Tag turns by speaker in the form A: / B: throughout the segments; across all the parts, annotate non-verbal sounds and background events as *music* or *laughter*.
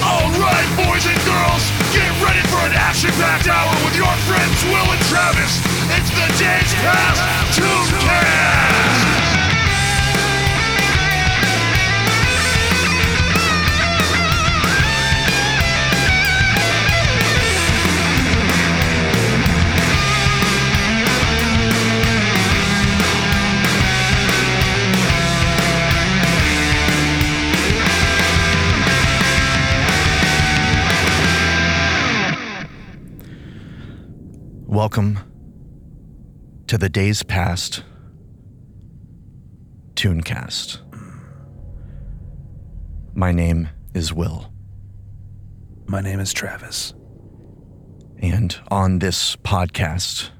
A: Alright, boys and girls, get ready for an action packed hour with your friends Will and Travis. It's the Days Past Tooncast!
B: Welcome to the Days Past Tooncast. My name is Will,
C: My name is Travis.
B: and on this podcast,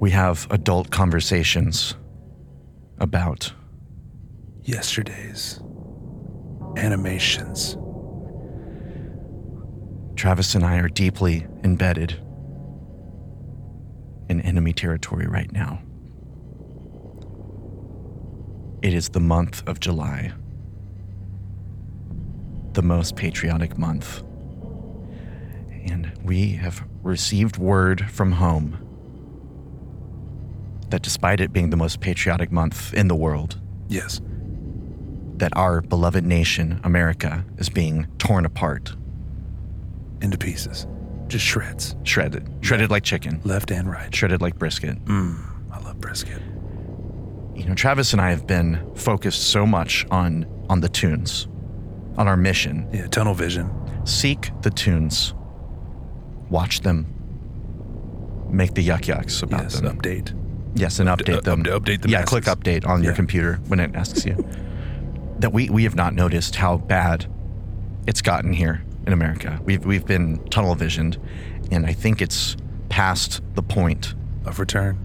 B: we have adult conversations about
C: Yesterday's animations.
B: Travis and I are deeply embedded in enemy territory right now. It is the month of July, the most patriotic month. And we have received word from home that despite it being the most patriotic month in the world,
C: Yes.
B: that our beloved nation, America, is being torn apart,
C: Into pieces. Just shreds.
B: shredded, shredded like chicken.
C: Left and right.
B: shredded like brisket.
C: Mm. I love brisket.
B: You know, Travis and I have been focused so much on on the tunes, on our mission.
C: Yeah, tunnel vision.
B: Seek the tunes, watch them, make the yuck yucks about
C: Yes,
B: them.
C: update.
B: Yes, and update
C: uh,
B: them.
C: up- update the
B: yeah,
C: masses.
B: click update on your
C: Yeah.
B: computer when it asks you. that we we have not noticed how bad it's gotten here in America. We've we've been tunnel visioned, and I think it's past the point.
C: Of return.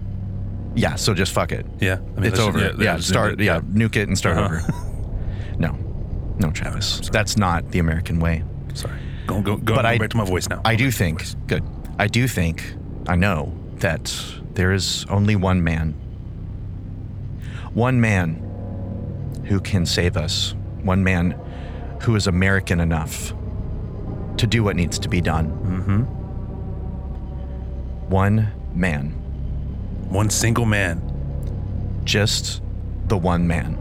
B: Yeah, so just fuck it.
C: Yeah. I mean,
B: it's
C: let's-
B: over. Yeah, Uh-huh.
C: let's do
B: start.
C: it.
B: Yeah, nuke it and start over. No, no, Travis, that's not the American way.
C: Sorry. Go, go, go,
B: But
C: go
B: I-
C: back to my voice now.
B: I do think. Good. I do think. I know that there is only one man. One man who can save us. One man who is American enough to do what needs to be done. Mm-hmm. One man.
C: One single man.
B: Just the one man.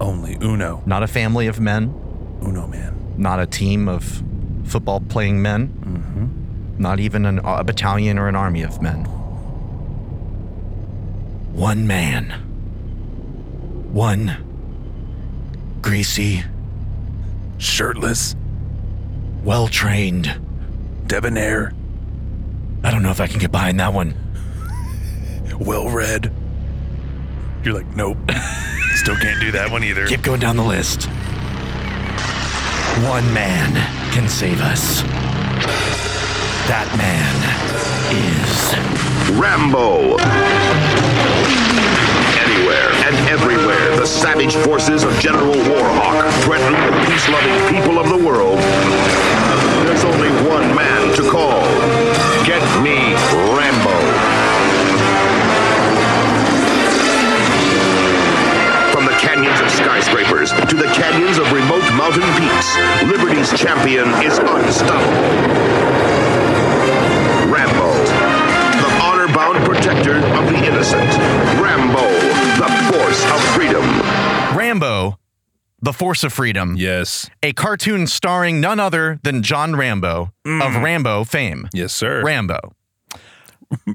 C: Only Uno.
B: Not a family of men.
C: Uno man.
B: not a team of football playing men, not even an, a battalion or an army of men. One man. One greasy,
C: Shirtless.
B: well trained.
C: Debonair.
B: I don't know if I can get behind that one.
C: Well read. You're like,
B: *laughs*
C: nope. Still can't do that one either.
B: Keep going down the list. One man can save us. That man is.
D: Rambo. Anywhere and everywhere, the savage forces of General Warhawk threaten the peace loving people of the world. There's only one man to call. Get me Rambo. From the canyons of skyscrapers to the canyons of remote mountain peaks, Liberty's champion is unstoppable. Rambo, the honor bound protector of the innocent. Rambo, the force of freedom.
B: Rambo, the Force of Freedom.
C: Yes.
B: a cartoon starring none other than John Rambo of Rambo fame.
C: Yes, sir.
B: Rambo.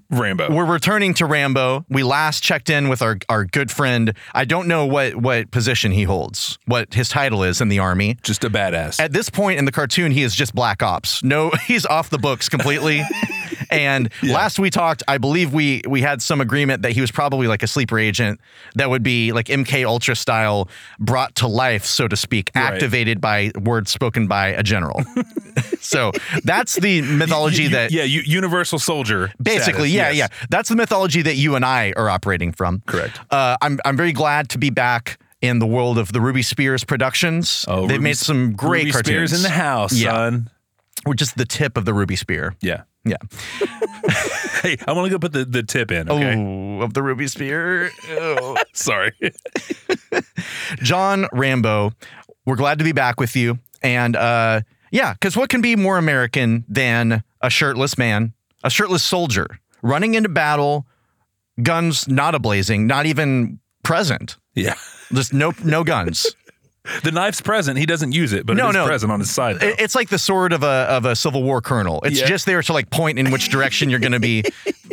C: Rambo.
B: We're returning to Rambo. We last checked in with our, our good friend. I don't know what, what position he holds, what his title is in the army.
C: Just a badass.
B: At this point in the cartoon, he is just Black Ops. No, *laughs* he's off the books completely.
C: *laughs*
B: and last we talked, I believe we we had some agreement that he was probably like a sleeper agent that would be like MK Ultra style, brought to life, so to speak, activated by words spoken by a general. *laughs* so that's the mythology
C: *laughs* You-
B: that
C: yeah, you, universal soldier.
B: Basically,
C: status,
B: yeah,
C: yes.
B: yeah. That's the mythology that you and I are operating from.
C: Correct.
B: Uh, I'm I'm very glad to be back in the world of the Ruby Spears productions.
C: Oh,
B: They've
C: Ruby
B: made
C: S-
B: some great
C: Ruby
B: cartoons
C: Spears in the house,
B: Yeah.
C: son.
B: We're just the tip of the Ruby Spear.
C: Yeah.
B: *laughs* Yeah.
C: Hey, I want to go put the, the tip in. Okay. *laughs*
B: Oh, of the Ruby Spear. Ew.
C: Sorry.
B: John Rambo, we're glad to be back with you. And uh, yeah, because what can be more American than a shirtless man, a shirtless soldier running into battle, guns not ablazing, not even present,
C: Yeah.
B: just no no guns.
C: *laughs* The knife's present. He doesn't use it, but
B: No,
C: it is
B: no.
C: present on his side. though.
B: It- It's like the sword of a of a Civil War colonel. It's
C: Yeah.
B: just there to like point in which direction you're going to be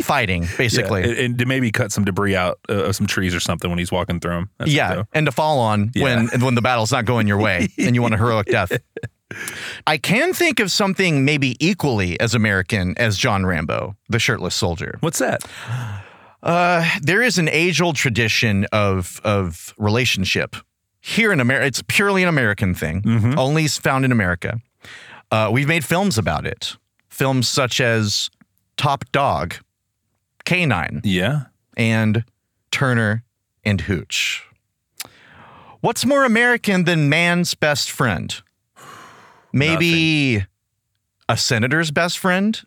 B: fighting, basically.
C: *laughs* Yeah,
B: Yeah,
C: and, and to maybe cut some debris out uh, of some trees or something when he's walking through them.
B: and to fall on when when the battle's not going your way and you want a heroic death. I can think of something maybe equally as American as John Rambo, the shirtless soldier.
C: What's that?
B: Uh, there is an age old tradition of of relationship here in America. It's purely an American thing, only is found in America. Uh, we've made films about it, films such as Top Dog, Canine,
C: Yeah.
B: and Turner and Hooch. What's more American than man's best friend? Maybe a senator's best friend?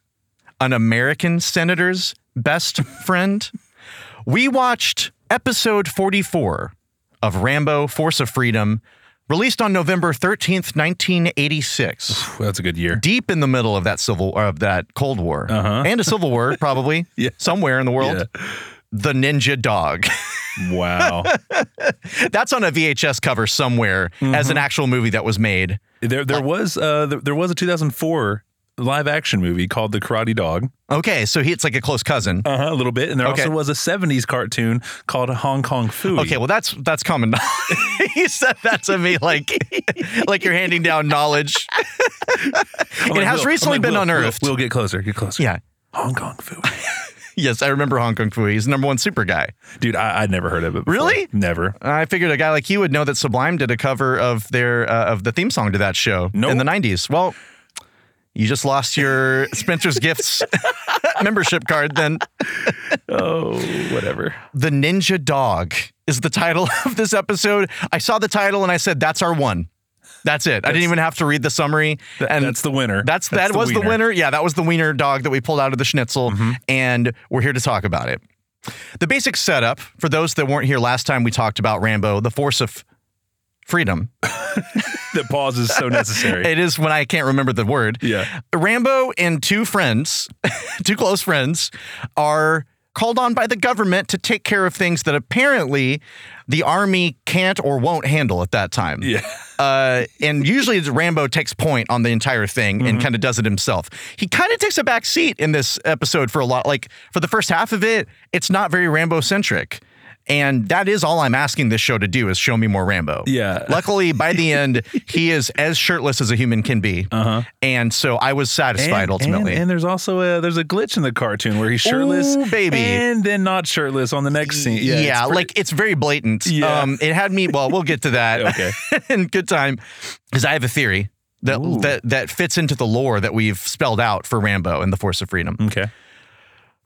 B: An American senator's best *laughs* friend? We watched episode 44 of Rambo Force of Freedom, released on November 13th, 1986.
C: Well, that's a
B: *laughs*
C: good year.
B: Deep in the middle of that civil or of that Cold War
C: Uh-huh.
B: and a civil war, probably
C: *laughs* Yeah.
B: somewhere in the world. The Ninja Dog. *laughs*
C: Wow.
B: That's on a VHS cover somewhere as
C: Mm-hmm.
B: an actual movie that was made.
C: there
B: *laughs*
C: there was uh there, there was a 2004 live action movie called The Karate Dog.
B: Okay, so he, it's like a close cousin.
C: Uh-huh, a little bit. And there
B: Okay.
C: also was a 70s cartoon called Hong Kong Fooey.
B: Okay, well that's that's common. *laughs* knowledge. he said that to me like *laughs* like you're handing down
C: *laughs*
B: knowledge.
C: I'm
B: it has
C: Oh, Will- I'm
B: recently been
C: Will, Will,
B: unearthed.
C: Will, get closer. Get closer.
B: Yeah.
C: Hong Kong Fooey.
B: Yes, I remember Hong Kong Fui. He's the number one super guy.
C: *laughs* Dude, I, I'd never heard of it. before.
B: Really?
C: Never.
B: I figured a guy like you would know that Sublime did a cover of their uh, of the theme song to that show
C: Nope.
B: in the '90s. Well, you just lost
C: *laughs*
B: your Spencer's Gifts *laughs* membership card. Then
C: Oh, whatever.
B: the Ninja Dog is the title *laughs* of this episode. I saw the title and I said, "That's our one." That's it. I didn't even have to read the summary.
C: Th-
B: and
C: that's the winner.
B: That's, that was the
C: wiener. *laughs*
B: winner. Yeah, that was the wiener dog that we pulled out of the schnitzel, and we're here to talk about it. The basic setup for those that weren't here last time, we talked about Rambo, the force of freedom.
C: That pause is so necessary.
B: It is when I can't remember the word.
C: yeah.
B: Rambo and two friends, *laughs* two close friends, are called on by the government to take care of things that apparently the army can't or won't handle at that time.
C: Yeah.
B: Uh, and usually it's Rambo takes point on the entire thing
C: Mm-hmm.
B: and kind of does it himself. He kind of takes a back seat in this episode for a lot. Like for the first half of it, it's not very Rambo centric. And that is all I'm asking this show to do is show me more Rambo.
C: Yeah.
B: Luckily, by
C: *laughs*
B: the end, he is as shirtless as a human can be.
C: Uh-huh.
B: And so I was satisfied ultimately.
C: And, and there's also a there's a glitch in the cartoon where he's shirtless,
B: Ooh, baby.
C: and then not shirtless on the next scene. Yeah,
B: yeah,
C: it's pretty-
B: like it's very blatant.
C: Yeah.
B: Um, it had me. Well, we'll get to that.
C: *laughs* Okay.
B: *laughs* in good time, because I have a theory that
C: Ooh.
B: that that fits into the lore that we've spelled out for Rambo and the Force of Freedom.
C: okay,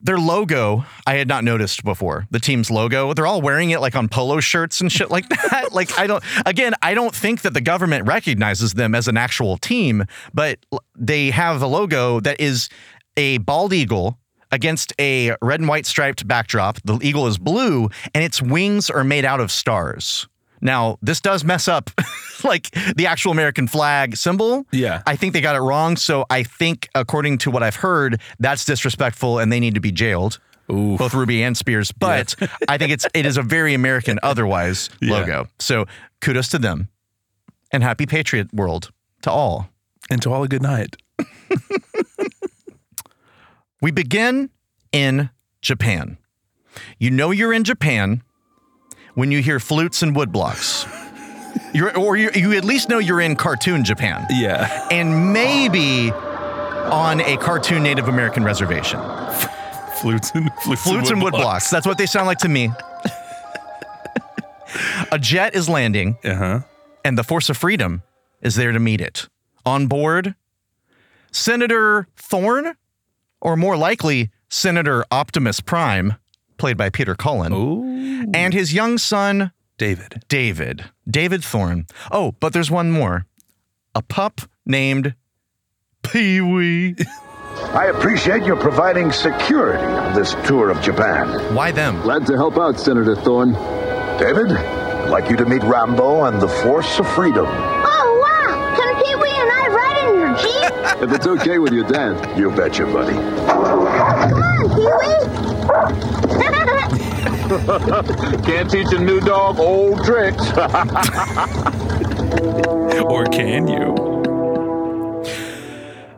B: Their logo, I had not noticed before. The team's logo, they're all wearing it like on polo shirts and shit like *laughs* that. like I don't. Again, I don't think that the government recognizes them as an actual team, but l- they have a logo that is a bald eagle. Against a red and white striped backdrop, the eagle is blue and its wings are made out of stars. Now, this does mess up *laughs* like the actual American flag symbol.
C: Yeah.
B: I think they got it wrong. So I think, according to what I've heard, that's disrespectful and they need to be jailed.
C: Ooh.
B: Both Ruby and Spears. But I think it's it is a very American otherwise
C: Yeah.
B: logo. So kudos to them. And happy Patriot World to all.
C: and to all a good night.
B: We begin in Japan. You know you're in Japan when you hear flutes and woodblocks. You're, or you, you at least know you're in cartoon Japan.
C: Yeah,
B: And maybe on a cartoon Native American reservation.
C: *laughs* flutes and *laughs* flutes,
B: Flutes and wood blocks. That's what they sound like to me. a jet is landing,
C: Uh huh.
B: and the Force of Freedom is there to meet it. On board, Senator Thorne, or more likely, Senator Optimus Prime, played by Peter Cullen,
C: Ooh,
B: and his young son,
C: David.
B: David. David Thorne. Oh, but there's one more a pup named Pee Wee.
E: I appreciate your providing security on this tour of Japan.
B: Why them?
F: Glad to help out, Senator Thorne.
E: David, like you to meet Rambo and the Force of Freedom.
F: Oh, wow! Can Pee Wee and I ride in your Jeep?
G: If it's okay with you, Dan.
E: You betcha, buddy.
F: Come on, Pee Wee!
G: Can't teach a new dog old tricks.
C: *laughs* Or can *laughs* you?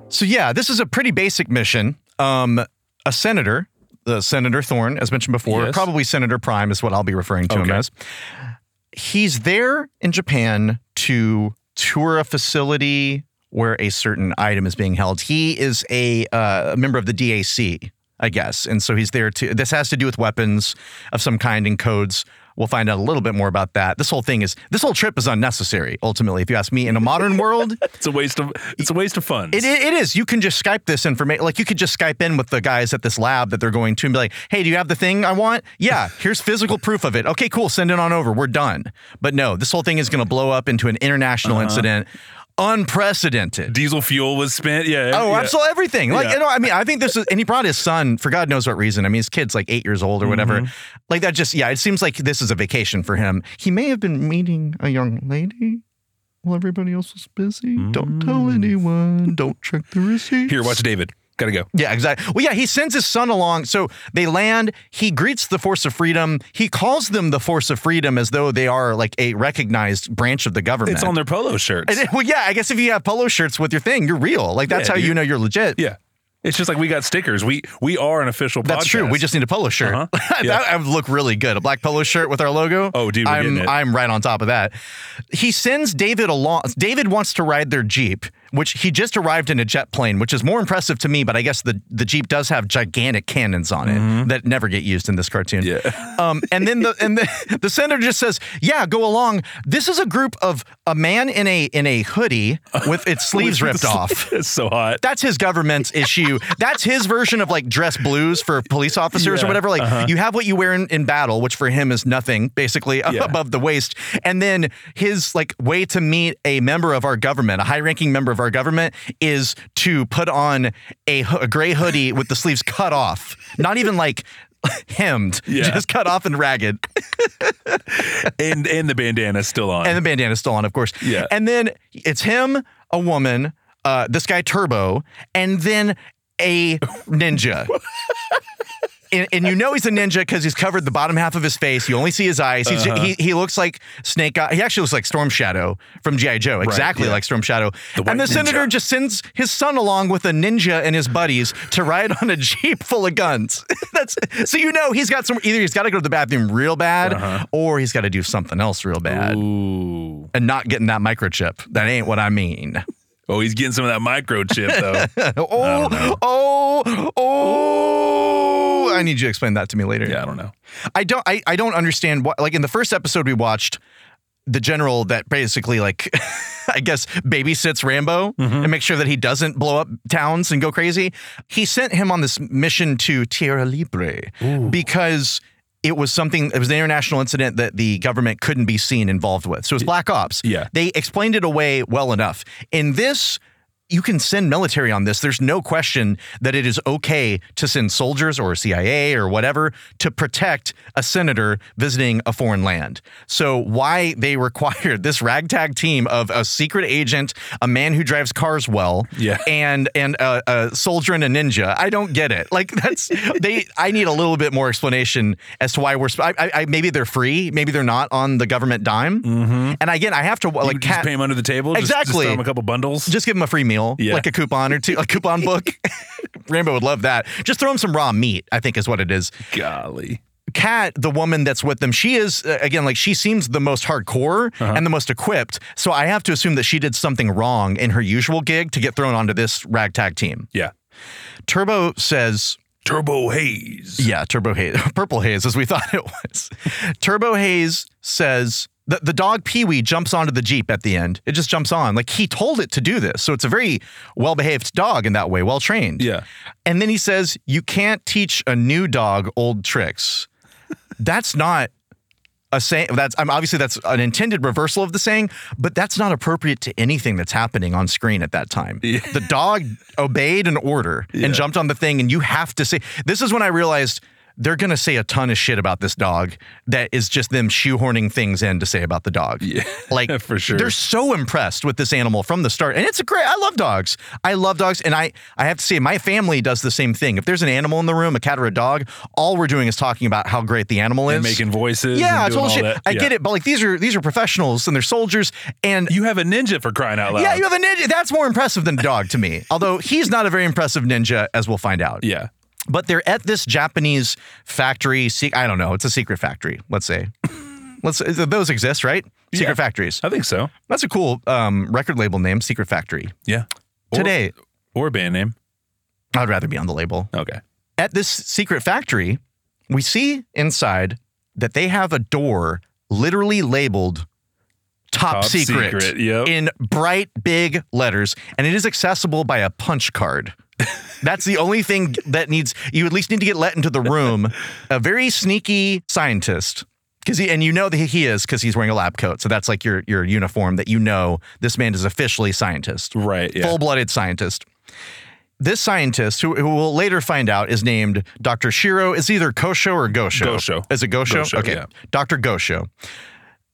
B: So yeah, this is a pretty basic mission. Um, a senator, the Senator Thorne, as mentioned before,
C: Yes.
B: probably Senator Prime is what I'll be referring to him
C: Okay.
B: as. He's there in Japan to tour a facility where a certain item is being held. He is a, uh, a member of the DAC, I guess, and so he's there to. This has to do with weapons of some kind and codes. We'll find out a little bit more about that. This whole thing is this whole trip is unnecessary. Ultimately, if you ask me, in a modern world,
C: It's a waste of it's a waste of funds.
B: it, it, it is. You can just Skype this information. Like you could just Skype in with the guys at this lab that they're going to and be like, hey, do you have the thing I want? Yeah, here's physical proof of it. Okay, cool. Send it on over. We're done. But no, this whole thing is going to blow up into an international
C: Uh-huh.
B: incident. Unprecedented.
C: Diesel fuel was spent. Yeah.
B: Oh,
C: yeah.
B: absolutely everything. Like,
C: Yeah.
B: you know, I mean, I think this is, and he brought his son for God knows what reason. I mean, his kid's like eight years old or whatever.
C: Mm-hmm.
B: Like, that just, yeah, it seems like this is a vacation for him. He may have been meeting a young lady while everybody else was busy. Don't tell
C: Mm.
B: anyone. Don't check the receipt.
C: Here, watch David. Gotta go.
B: Yeah, exactly. Well, yeah, he sends his son along. So they land. He greets the Force of Freedom. He calls them the Force of Freedom as though they are like a recognized branch of the government.
C: It's on their polo shirts.
B: And it- well, yeah, I guess if you have polo shirts with your thing, you're real. Like that's
C: Yeah,
B: how you
C: dude.
B: know you're legit.
C: Yeah. It's just like we got stickers. We we are an official
B: That's true. We
C: podcast.
B: just need a polo shirt.
C: Uh-huh. Yeah.
B: that, *laughs* I would look really good. A black polo shirt with our logo.
C: Oh, dude, we're
B: I'm
C: getting it.
B: I'm right on top of that. He sends David along. David wants to ride their jeep, which he just arrived in a jet plane, which is more impressive to me. But I guess the the jeep does have gigantic cannons on it that never get used in this cartoon.
C: Mm-hmm.
B: *laughs*
C: Yeah.
B: Um, and then the and the, the senator just says, "Yeah, go along." This is a group of a man in a in a
C: *laughs*
B: hoodie with its sleeves ripped off.
C: *laughs* It's so hot.
B: That's his government's issue. That's his version of like dress blues for police officers or
C: Yeah, uh-huh.
B: whatever. Like you have what you wear in, in battle, which for him is nothing, basically *laughs*
C: Yeah.
B: above the waist. And then his like way to meet a member of our government, a high ranking member of our government, is to put on a, ho- a gray hoodie with the sleeves cut off. Not even like *laughs* hemmed,
C: Yeah.
B: just cut off and ragged.
C: and and the bandana's still on.
B: And the bandana's still on, of course.
C: Yeah.
B: And then it's him, a woman, uh, this guy Turbo, and then a
C: *laughs*
B: ninja. And, and you know he's a ninja because he's covered the bottom half of his face. You only see his eyes. He's,
C: Uh-huh.
B: he, he looks like Snake Eye. He actually looks like Storm Shadow from G.I. Joe, exactly
C: yeah.
B: like Storm Shadow.
C: The
B: and the
C: white ninja.
B: senator just sends his son along with a ninja and his buddies to ride on a jeep full of guns. *laughs* That's So you know he's got some, either he's got to go to the bathroom real bad
C: Uh-huh.
B: or he's got to do something else real bad
C: Ooh.
B: and not getting that microchip. That ain't what I *laughs* mean.
C: Oh, he's getting some of that microchip
B: *laughs*
C: though.
B: Oh, oh, oh! I need you to explain that to me later.
C: yeah, I don't know.
B: I don't. I, I don't understand what. Like in the first episode we watched, the general that basically like, *laughs* I guess babysits Rambo and makes sure that he doesn't blow up towns and go crazy. He sent him on this mission to Tierra Libre because. It was something, it was an international incident that the government couldn't be seen involved with. So it was Black Ops.
C: Yeah.
B: They explained it away well enough. In this, you can send military on this. There's no question that it is okay to send soldiers or CIA or whatever to protect a senator visiting a foreign land. So, why they *laughs* required this ragtag team of a secret agent, a man who drives cars well,
C: Yeah.
B: and and a, a soldier and a ninja, I don't get it. Like
C: *laughs*
B: that's they. I need a little bit more explanation as to why we're. sp- I, I, I- maybe they're free, maybe they're not on the government dime. And again, I have to like
C: Like Mm-hmm. just
B: cat-
C: pay him under the table. Just- Just
B: Exactly.
C: throw him a couple bundles.
B: just give him a free meal,
C: Yeah.
B: like a coupon or two, a coupon
C: *laughs*
B: book. Rambo would love that. Just throw him some raw meat, I think is what it is.
C: golly.
B: Kat, the woman that's with them, she is, uh, again, like she seems the most hardcore
C: Uh-huh.
B: and the most equipped. So I have to assume that she did something wrong in her usual gig to get thrown onto this ragtag team.
C: Yeah.
B: Turbo says,
C: Turbo Haze.
B: yeah, Turbo Haze, *laughs* Purple Haze, as we thought it was. Turbo Haze says that the dog Pee Wee jumps onto the Jeep at the end. It just jumps on. Like he told it to do this. So it's a very well behaved dog in that way, well trained.
C: Yeah.
B: And then he says, You can't teach a new dog old tricks. That's not. A saying that's I'm obviously that's an intended reversal of the saying, but that's not appropriate to anything that's happening on screen at that time. The dog obeyed an order and jumped on the thing, and you have to say this is when I realized they're gonna say a ton of shit about this dog that is just them shoehorning things in to say about the dog. Yeah, like
C: *laughs* for sure.
B: They're so impressed with this animal from the start, and it's a great. I love dogs. I love dogs, and I I have to say my family does the same thing. If there's an animal in the room, a cat or a dog, all we're doing is talking about how great the animal is.
C: And making voices.
B: yeah,
C: and
B: it's
C: doing all
B: bullshit.
C: that.
B: I
C: Yeah.
B: get it, but like these are these are professionals and they're soldiers, and
C: You have a ninja for crying out loud.
B: yeah, you have a ninja. That's more impressive than a dog to me. Although he's not a very impressive ninja, as we'll find out.
C: yeah.
B: But they're at this Japanese factory. Se- I don't know. It's a secret factory. Let's
C: *laughs*
B: say. Let's those exist, right? Secret
C: Yeah.
B: factories.
C: I think so.
B: That's a cool um, record label name, Secret Factory.
C: Yeah. Or-
B: Today,
C: or band name.
B: I'd rather be on the label.
C: Okay.
B: At this secret factory, we see inside that they have a door literally labeled top,
C: Top
B: secret,
C: secret, yep.
B: in bright big letters, and it is accessible by a punch card. That's the only thing that needs you at least need to get let into the room. A very sneaky scientist. Cause he, and you know that he is because he's wearing a lab coat. So that's like your your uniform that you know this man is officially a scientist
C: Right. Yeah.
B: full blooded scientist. This scientist, who, who we'll later find out is named Dr. Shiro, is either Kosho or Gosho.
C: Gosho.
B: Is it Gosho?
C: Gosho,
B: okay.
C: yeah.
B: Dr. Gosho.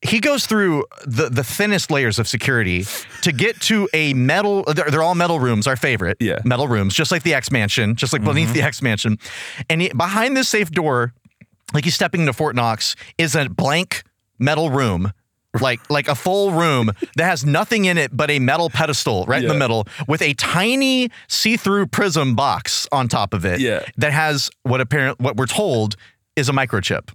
B: He goes through the, the thinnest layers of security to get to a metal. They're, they're all metal rooms, our favorite.
C: Yeah. Mm-hmm.
B: Metal rooms, just like the X Mansion, just like beneath the X Mansion. And he, behind this safe door, like he's stepping into Fort Knox, is a blank metal room. Like like a full room that has nothing in it but a metal pedestal right in the
C: Yeah.
B: middle with a tiny see-through prism box on top of it
C: Yeah.
B: that has what apparent what we're told is a microchip.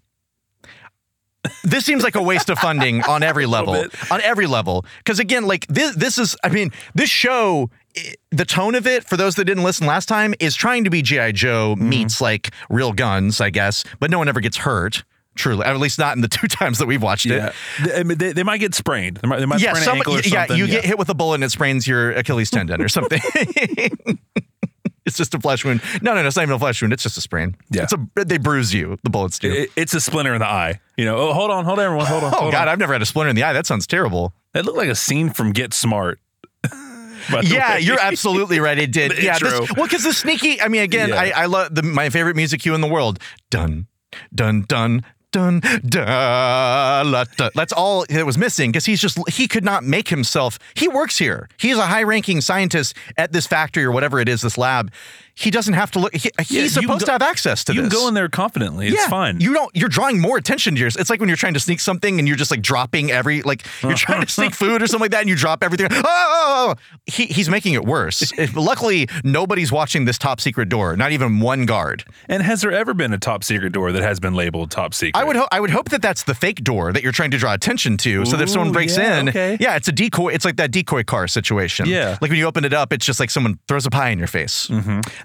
B: This seems like a waste of funding on
C: *laughs*
B: every level. On every level. Cuz again like this this is I mean this show i- the tone of it for those that didn't listen last time is trying to be GI Joe
C: Mm-hmm.
B: meets like real guns I guess, but no one ever gets hurt. Truly, or at least not in the *laughs* two times that we've watched it
C: yeah. They, I mean, they, they might get sprained. They might, they might
B: yeah,
C: sprain an
B: some-
C: ankle or
B: yeah,
C: something.
B: you get hit with a bullet and it sprains your Achilles tendon or
C: *laughs*
B: something. *laughs* it's just a flesh wound. No, no, no, it's not even a flesh wound. It's just a sprain.
C: Yeah.
B: it's a they bruise you. The bullets do.
C: It- it's a splinter in the eye. You know, oh, hold on, hold on, everyone, hold on.
B: oh
C: hold
B: God,
C: on.
B: I've never had a splinter in the eye. That sounds terrible.
C: That looked like a scene from Get Smart. *laughs* By the
B: Yeah,
C: way.
B: you're absolutely right. It did.
C: *laughs* The
B: yeah,
C: intro.
B: This, well, because the sneaky. I mean, again,
C: Yeah.
B: I, I love the, my favorite music cue in the world. Dun, dun, dun. Dun, da, la, da. That's all that was missing because he's just he could not make himself. He works here. He's a high-ranking scientist at this factory or whatever it is, this lab. He doesn't have to look. He, he's
C: Yeah, you can
B: supposed
C: go-
B: to have access to
C: You
B: this.
C: can go in there confidently. It's
B: yeah,
C: fine.
B: You don't. You're drawing more attention to yours. It's like when you're trying to sneak something and you're just like dropping every like you're trying to sneak food or something like that and you drop everything. Oh, oh, oh, oh. He, he's making it worse. If- luckily, nobody's watching this top secret door. Not even one guard.
C: and has there ever been a top secret door that has been labeled top secret?
B: I would. Ho- I would hope that that's the fake door that you're trying to draw attention to, so that if someone
C: Ooh,
B: breaks
C: yeah,
B: in,
C: okay.
B: yeah, it's a decoy. It's like that decoy car situation.
C: Yeah. Mm-hmm.
B: like when you open it up, it's just like someone throws a pie in your face.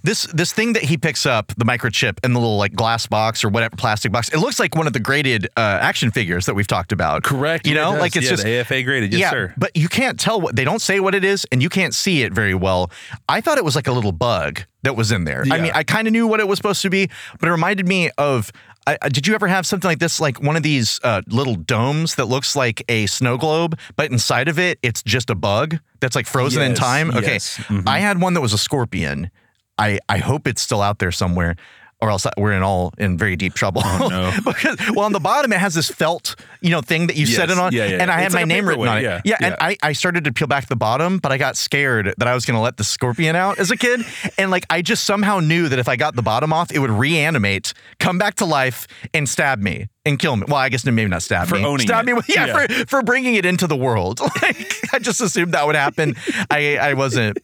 B: This this thing that he picks up, the microchip in the little like glass box or whatever plastic box, it looks like one of the graded uh, action figures that we've talked about.
C: Correct.
B: You
C: It
B: know,
C: does.
B: like it's
C: Yeah,
B: just
C: the AFA graded. Yes,
B: yeah,
C: sir.
B: but you can't tell what they don't say what it is, and you can't see it very well. I thought it was like a little bug that was in there. I
C: Yeah.
B: mean, I kind of knew what it was supposed to be, but it reminded me of. I, I- did you ever have something like this, like one of these uh, little domes that looks like a snow globe, but inside of it, it's just a bug that's like frozen in
C: Yes,
B: time? Okay,
C: yes. Mhm.
B: I had one that was a scorpion. I I hope it's still out there somewhere. Or else we're in all in very deep trouble.
C: Oh, no.
B: *laughs* because well, on the bottom it has this felt, you know, thing that you set
C: Yes.
B: it on,
C: Yeah, yeah,
B: and
C: yeah.
B: I had
C: It's
B: my
C: like a
B: name written on it.
C: paperweight. Yeah.
B: yeah, and
C: Yeah.
B: I, I started to peel back the bottom, but I got scared that I was going to let the scorpion out as a kid. And like, I just somehow knew that if I got the bottom off, it would reanimate, come back to life, and stab me and kill me. Well, I guess maybe not stab
C: For
B: me.
C: owning
B: stab
C: it.
B: me with, yeah,
C: Yeah.
B: For, for bringing it into the world. *laughs* Like, I just assumed that would happen. I, I wasn't,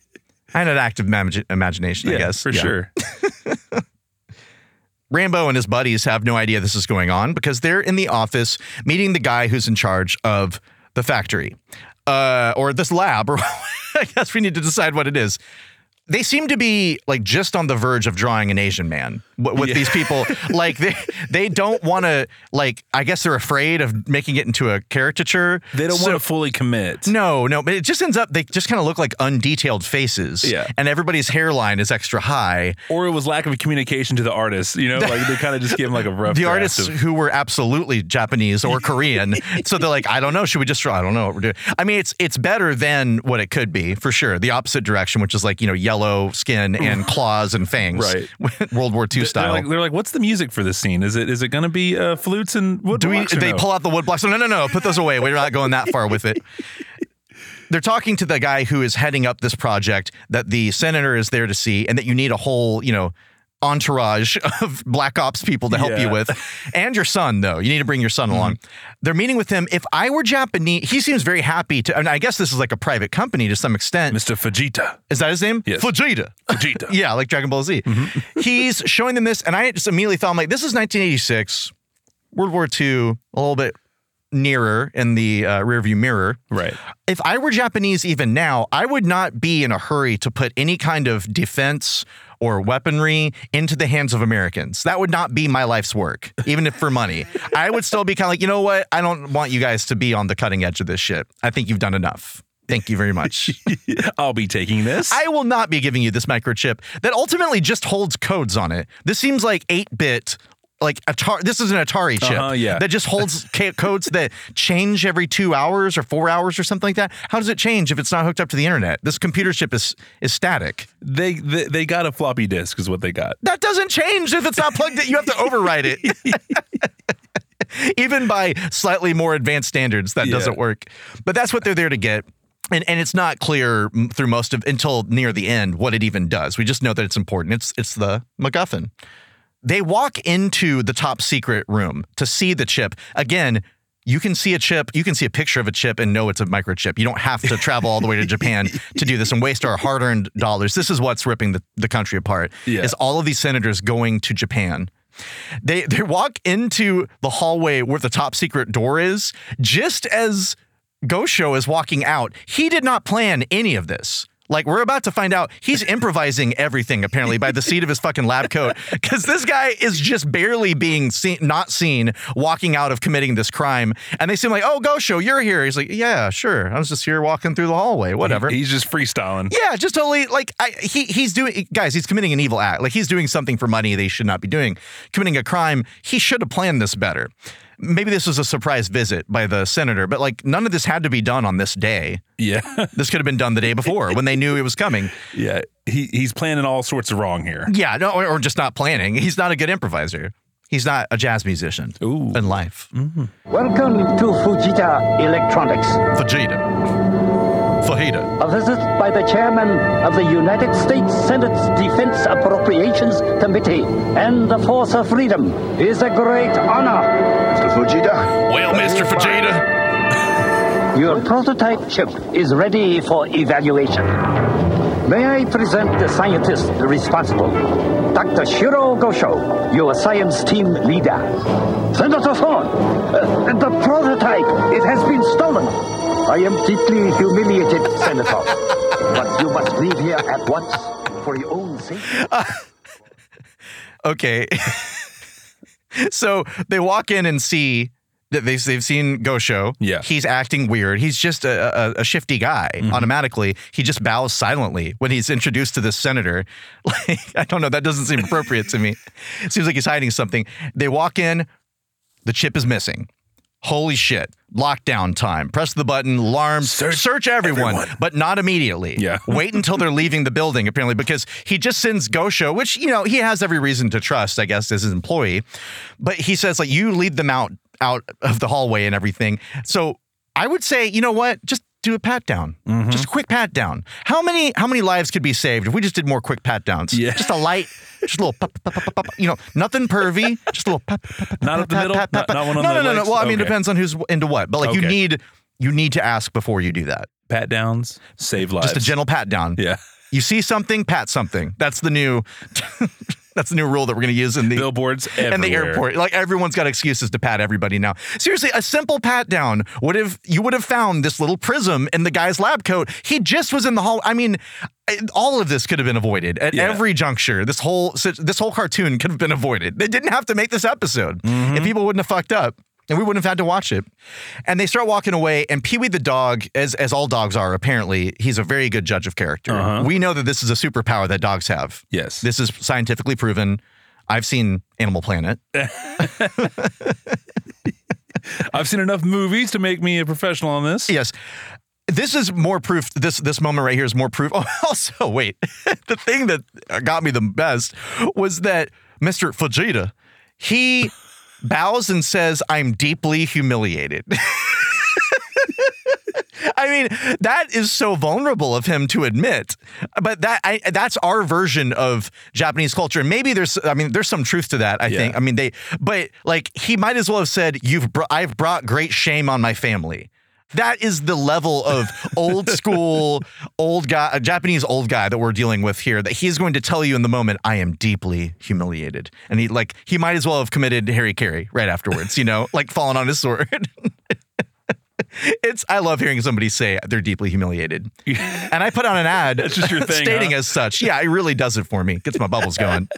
B: I had an active imagi- imagination, I
C: Yeah,
B: guess.
C: for
B: Yeah. *laughs*
C: sure.
B: Rambo and his buddies have no idea this is going on because they're in the office meeting the guy who's in charge of the factory uh, or this lab, or *laughs* I guess we need to decide what it is. They seem to be like just on the verge of drawing an Asian man w- with
C: Yeah.
B: these
C: *laughs*
B: people. Like they they don't want to like I guess they're afraid of making it into a caricature.
C: They don't
B: So-
C: want to fully commit.
B: no, no, but it just ends up they just kind of look like undetailed faces.
C: Yeah.
B: and everybody's hairline is extra high.
C: Or it was lack of communication to the artist. You know, like they kind of just gave him like a rough.
B: the
C: draft
B: artists
C: of-
B: who were absolutely Japanese or
C: *laughs*
B: Korean. so they're like, I don't know. Should we just draw? I don't know what we're doing. I mean, it's it's better than what it could be for sure. The opposite direction, which is like you know yellow skin
C: *laughs*
B: and claws and fangs, *laughs*
C: Right.
B: World War II
C: They're
B: style.
C: like, they're like, what's the music for this scene? Is it is it going to be uh, flutes and wood?
B: Do we?
C: blocks or
B: They
C: no?
B: pull out the wood blocks. No, no, no. Put those away. We're not going that far
C: *laughs*
B: with it. They're talking to the guy who is heading up this project that the senator is there to see, and that you need a whole, you know, entourage of black ops people to help
C: Yeah. Mm-hmm.
B: you with, and your son though. You need to bring your son along. They're meeting with him. If I were Japanese, he seems very happy to. And I guess this is like a private company to some extent.
C: Mr. Fujita.
B: Is that his name?
C: Yes.
B: Fujita. *laughs*
C: Fujita.
B: Yeah, like Dragon Ball Z. Mm-hmm. *laughs* He's showing them this, and I just immediately thought, I'm like, this is 1986, World War II, a little bit nearer in the uh, rearview mirror.
C: Right.
B: If I were Japanese even now, I would not be in a hurry to put any kind of defense or weaponry into the hands of Americans. That would not be my life's work, even if for *laughs* money. I would still be kind of like, you know what? I don't want you guys to be on the cutting edge of this shit. I think you've done enough. Thank you very *laughs* much.
C: I'll be taking this.
B: I will not be giving you this microchip that ultimately just holds codes on it. This seems like 8 bit. Like Atari, this is an Atari chip
C: Uh-huh, yeah.
B: that just
C: *laughs*
B: holds ca- codes that change every two hours or four hours or something like that. How does it change if it's not hooked up to the internet? This computer chip is is static.
C: they, they they got a floppy disk is what they got.
B: That doesn't change if it's not plugged in. You have to override it. *laughs* Even by slightly more advanced standards, that
C: Yeah.
B: doesn't work. But that's what they're there to get. And, and it's not clear m- through most of until near the end what it even does. We just know that it's important. It's it's the MacGuffin. They walk into the top secret room to see the chip. Again, you can see a chip, you can see a picture of a chip and know it's a microchip. You don't have to travel all the way to Japan to do this and waste our hard earned dollars. This is what's ripping the, the country apart
C: Yeah.
B: is all of these senators going to Japan. They they walk into the hallway where the top secret door is, just as Gosho is walking out. He did not plan any of this. Like we're about to find out, he's improvising everything apparently by the seat of his fucking lab coat because this guy is just barely being seen, not seen, walking out of committing this crime. And they seem like, "Oh, Gosho, you're here." He's like, "Yeah, sure. I was just here walking through the hallway. Whatever."
C: He's just
B: *laughs*
C: freestyling.
B: Yeah, just totally like I, he he's doing guys, he's committing an evil act. Like he's doing something for money they should not be doing. Committing a crime, he should have planned this better. Maybe this was a surprise visit by the senator, but like none of this had to be done on this day.
C: Yeah.
B: This could have been done the day before when they knew it was coming.
C: Yeah. He he's planning all sorts of wrong here.
B: Yeah, no, or, or just not planning. He's not a good improviser. He's not a jazz musician
C: Ooh.
B: in life. Mm-hmm.
H: Welcome to Fujita Electronics.
B: Fajita. Fajita.
H: A visit by the chairman of the United States Senate's Defense Appropriations Committee and the Force of Freedom is a great honor.
E: Mr. Fujita,
B: Well, Mr. Fajita.
H: Your prototype chip is ready for evaluation. May I present the scientist responsible, Dr. Shiro Gosho, your science team leader. Senator Thorne, uh, the prototype, it has been stolen. I am deeply humiliated, Senator. but you must leave here at once for your own safety.
B: okay. *laughs* so they walk in and see that they, they've seen Gosho.
C: Yeah. Mm-hmm.
B: He's acting weird. He's just a, a, a shifty guy automatically. He just bows silently when he's introduced to this senator. *laughs* Like, I don't know. That doesn't seem appropriate to me. Seems like he's hiding something. They walk in, the chip is missing. Holy shit. Lockdown time. Press the button, alarm, search,
C: Search
B: everyone,
C: everyone.
B: but not immediately.
C: Yeah.
B: *laughs* Wait until they're leaving the building, apparently, because he just sends Gosho, which, you know, he has every reason to trust, I guess, as his employee. But he says, like, you lead them out out of the hallway and everything. So I would say, you know what? Just do a pat down.
C: Mm-hmm.
B: Just a quick pat down. How many how many lives could be saved if we just did more quick pat downs?
C: Yeah.
B: Just a light, just a little pop, pop, pop, pop, pop, you know, nothing pervy, just a little pop, pop, pop, pop,
C: Not up *laughs* the
B: pop, *laughs*
C: middle?
B: pop,
C: Not-
B: pop, pop.
C: not one on
B: no,
C: the
B: no, no,
C: legs?
B: no. Well, I mean,
C: Okay.
B: it depends on who's into what, but like you
C: Okay.
B: need you need to ask before you do that.
C: Pat downs, save lives.
B: Just a gentle pat down. *laughs*
C: Yeah.
B: You see something, pat something. That's the new *laughs* that's the new rule that we're gonna use in the
C: Billboards everywhere.
B: and the airport. Like everyone's got excuses to pat everybody now. Seriously, a simple pat down would have you would have found this little prism in the guy's lab coat. He just was in the hall. I mean, I- all of this could have been avoided at
C: Yeah.
B: every juncture. This whole this whole cartoon could have been avoided. They didn't have to make this episode
C: Mm-hmm.
B: if people wouldn't have fucked up. And we wouldn't have had to watch it. And they start walking away, and Pee Wee the dog, as as all dogs are, apparently, he's a very good judge of character.
C: Uh-huh.
B: We know that this is a superpower that dogs have.
C: Yes.
B: This is scientifically proven. I've seen Animal Planet.
C: I've seen enough movies to make me a professional on this.
B: Yes. this is more proof. This this moment right here is more proof. *laughs* Oh, also, wait, *laughs* the thing that got me the best was that Mr. Fujita, he bows and says, "I'm deeply humiliated." *laughs* I mean, that is so vulnerable of him to admit. But that I, that's our version of Japanese culture. And maybe there's I mean, there's some truth to that, I
C: Yeah.
B: think. I mean, they but like he might as well have said you've br- I've brought great shame on my family. That is the level of old school old guy, a Japanese old guy that we're dealing with here that he's going to tell you in the moment I am deeply humiliated. And he like he might as well have committed Harry Carey right afterwards, you know, like falling on his sword. *laughs* It's I love hearing somebody say they're deeply humiliated. And I put on an ad
C: That's just your thing,
B: stating
C: huh?
B: as such. Yeah, it really does it for me. Gets my bubbles going.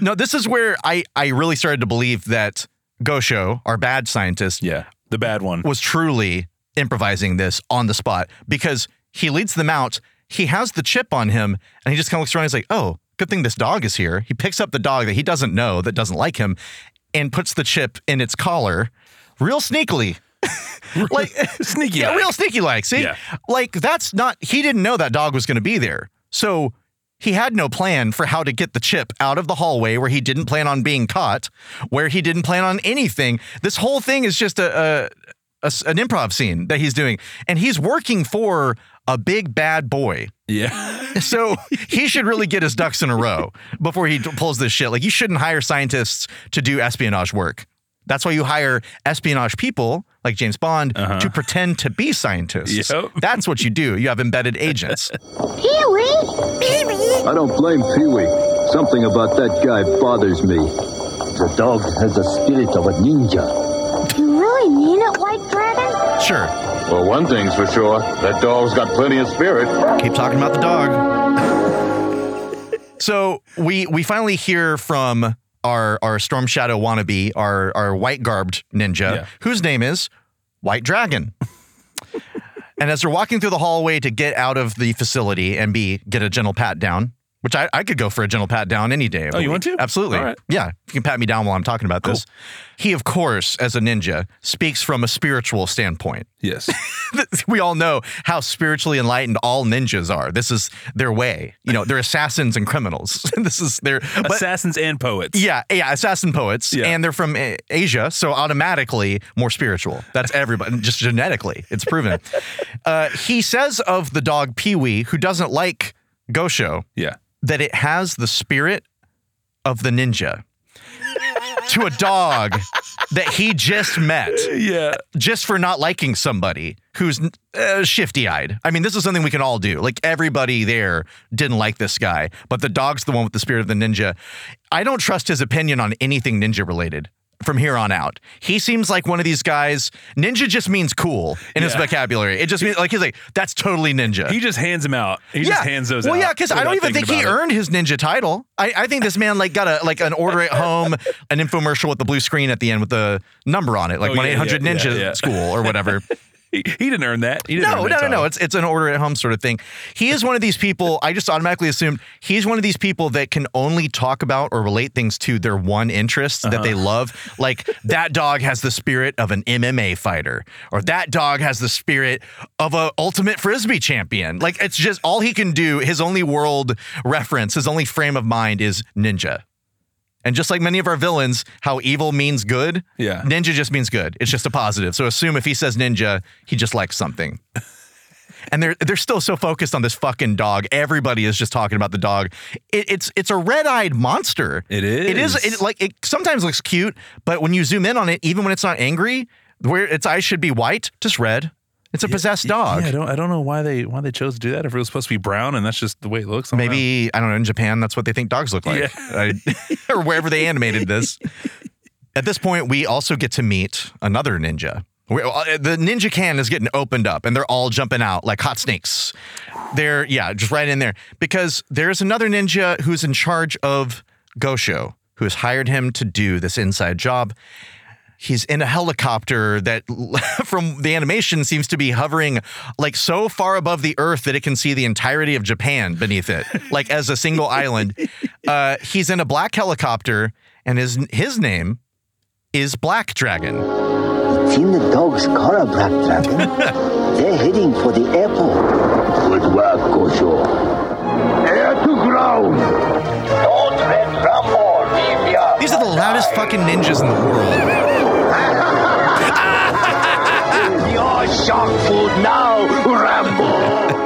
B: no, this is where I I really started to believe that Gosho, our bad scientist,
C: Yeah, the bad one.
B: was truly improvising this on the spot because he leads them out. He has the chip on him and he just kind of looks around. He's like, oh, good thing this dog is here. He picks up the dog that he doesn't know, that doesn't like him, and puts the chip in its collar real sneakily. *laughs* like,
C: Sneaky.
B: yeah, *laughs*
C: like.
B: real *laughs* sneaky like. See,
C: Yeah.
B: like that's not. He didn't know that dog was going to be there, so he had no plan for how to get the chip out of the hallway where he didn't plan on being caught, where he didn't plan on anything. This whole thing is just a, a- a s- an improv scene that he's doing, and he's working for a big bad boy.
C: Yeah. *laughs*
B: So he should really get his ducks in a row before he pulls this shit. Like you shouldn't hire scientists to do espionage work. That's why you hire espionage people like James Bond to pretend to be scientists.
C: Yep.
B: That's what you do. You have embedded agents.
F: *laughs* Pee Wee?
I: I don't blame Pee Wee. Something about that guy bothers me.
H: The dog has the spirit of a ninja.
F: You really mean it, White Dragon?
B: Sure.
E: Well, one thing's for sure that dog's got plenty of spirit.
B: Keep talking about the dog. *laughs* so we we finally hear from our our Storm Shadow wannabe, our our white garbed ninja,
C: Yeah.
B: whose name is White
C: *laughs*
B: Dragon. and as they're walking through the hallway to get out of the facility and be get a gentle pat down, which I, I could go for a gentle pat down any day. of
C: Oh,
B: the
C: you want
B: week.
C: to?
B: Absolutely.
C: All right.
B: Yeah, you can pat me down while I'm talking about this. He, of course, as a ninja, speaks from a spiritual standpoint
C: Yes.
B: *laughs* we all know how spiritually enlightened all ninjas are. This is their way. You know, they're assassins and criminals. *laughs* this is their but,
C: Assassins and poets.
B: yeah, yeah, assassin poets,
C: Yeah.
B: and they're from A- Asia, so automatically more spiritual. That's everybody, just genetically, it's proven. uh, he says of the dog Pee Wee, who doesn't like Gosho,
C: Yeah.
B: that it has the spirit of the ninja. to a dog that he just met
C: Yeah.
B: just for not liking somebody who's uh, shifty eyed. I mean, this is something we can all do. Like everybody there didn't like this guy, but the dog's the one with the spirit of the ninja. I don't trust his opinion on anything ninja related from here on out. He seems like one of these guys. Ninja just means cool in his
C: Yeah.
B: vocabulary. It just means like he's like that's totally ninja.
C: He just hands them out. He just hands those
B: well,
C: out.
B: yeah, because I don't
C: without
B: even think
C: thinking
B: he
C: about it.
B: earned his ninja title. I, I think this man like got a like an order at home, an infomercial with the blue screen at the end with the number on it, like
C: Oh, yeah,
B: one eight hundred
C: yeah, yeah,
B: ninja
C: yeah.
B: school or
C: *laughs*
B: whatever.
C: He, he didn't earn that. He didn't
B: no,
C: earn
B: no,
C: that
B: no, no.
C: title.
B: It's it's an order at home sort of thing. He is one of these people. I just automatically assumed he's one of these people that can only talk about or relate things to their one interest that
C: Uh-huh.
B: they love. Like that dog has the spirit of an MMA fighter, or that dog has the spirit of a ultimate frisbee champion. Like it's just all he can do. His only world reference, his only frame of mind is ninja. And just like many of our villains, how evil means good,
C: Yeah.
B: ninja just means good. It's just a positive. So assume if he says ninja, he just likes something. And they're they're still so focused on this fucking dog. Everybody is just talking about the dog. It, it's it's a red eyed monster.
C: It
B: It is.
C: is.
B: It like it sometimes looks cute, but when you zoom in on it, even when it's not angry, where its eyes should be white, just red. It's a possessed dog.
C: Yeah, I don't. I don't know why they why they chose to do that. If it was supposed to be brown, and that's just the way it looks. I don't
B: Maybe I don't know. In Japan, that's what they think dogs look like, I- *laughs* or wherever they animated this. At this point, we also get to meet another ninja. We- uh, the ninja can is getting opened up, and they're all jumping out like hot snakes. They're yeah, just right in there because there's another ninja who's in charge of Gosho, who has hired him to do this inside job. He's in a helicopter that, *laughs* from the animation, seems to be hovering like so far above the earth that it can see the entirety of Japan beneath it, like as a single island. Uh, he's in a black helicopter, and his his name is Black Dragon.
J: Seen the dogs,
G: *laughs*
J: Korabrak Dragon? They're heading for the airport.
E: Good work, Gosho.
J: Air to ground!
G: Don't let Rambo leave ya.
B: These are the loudest fucking ninjas in the world.
G: Your shark food now, Rambo.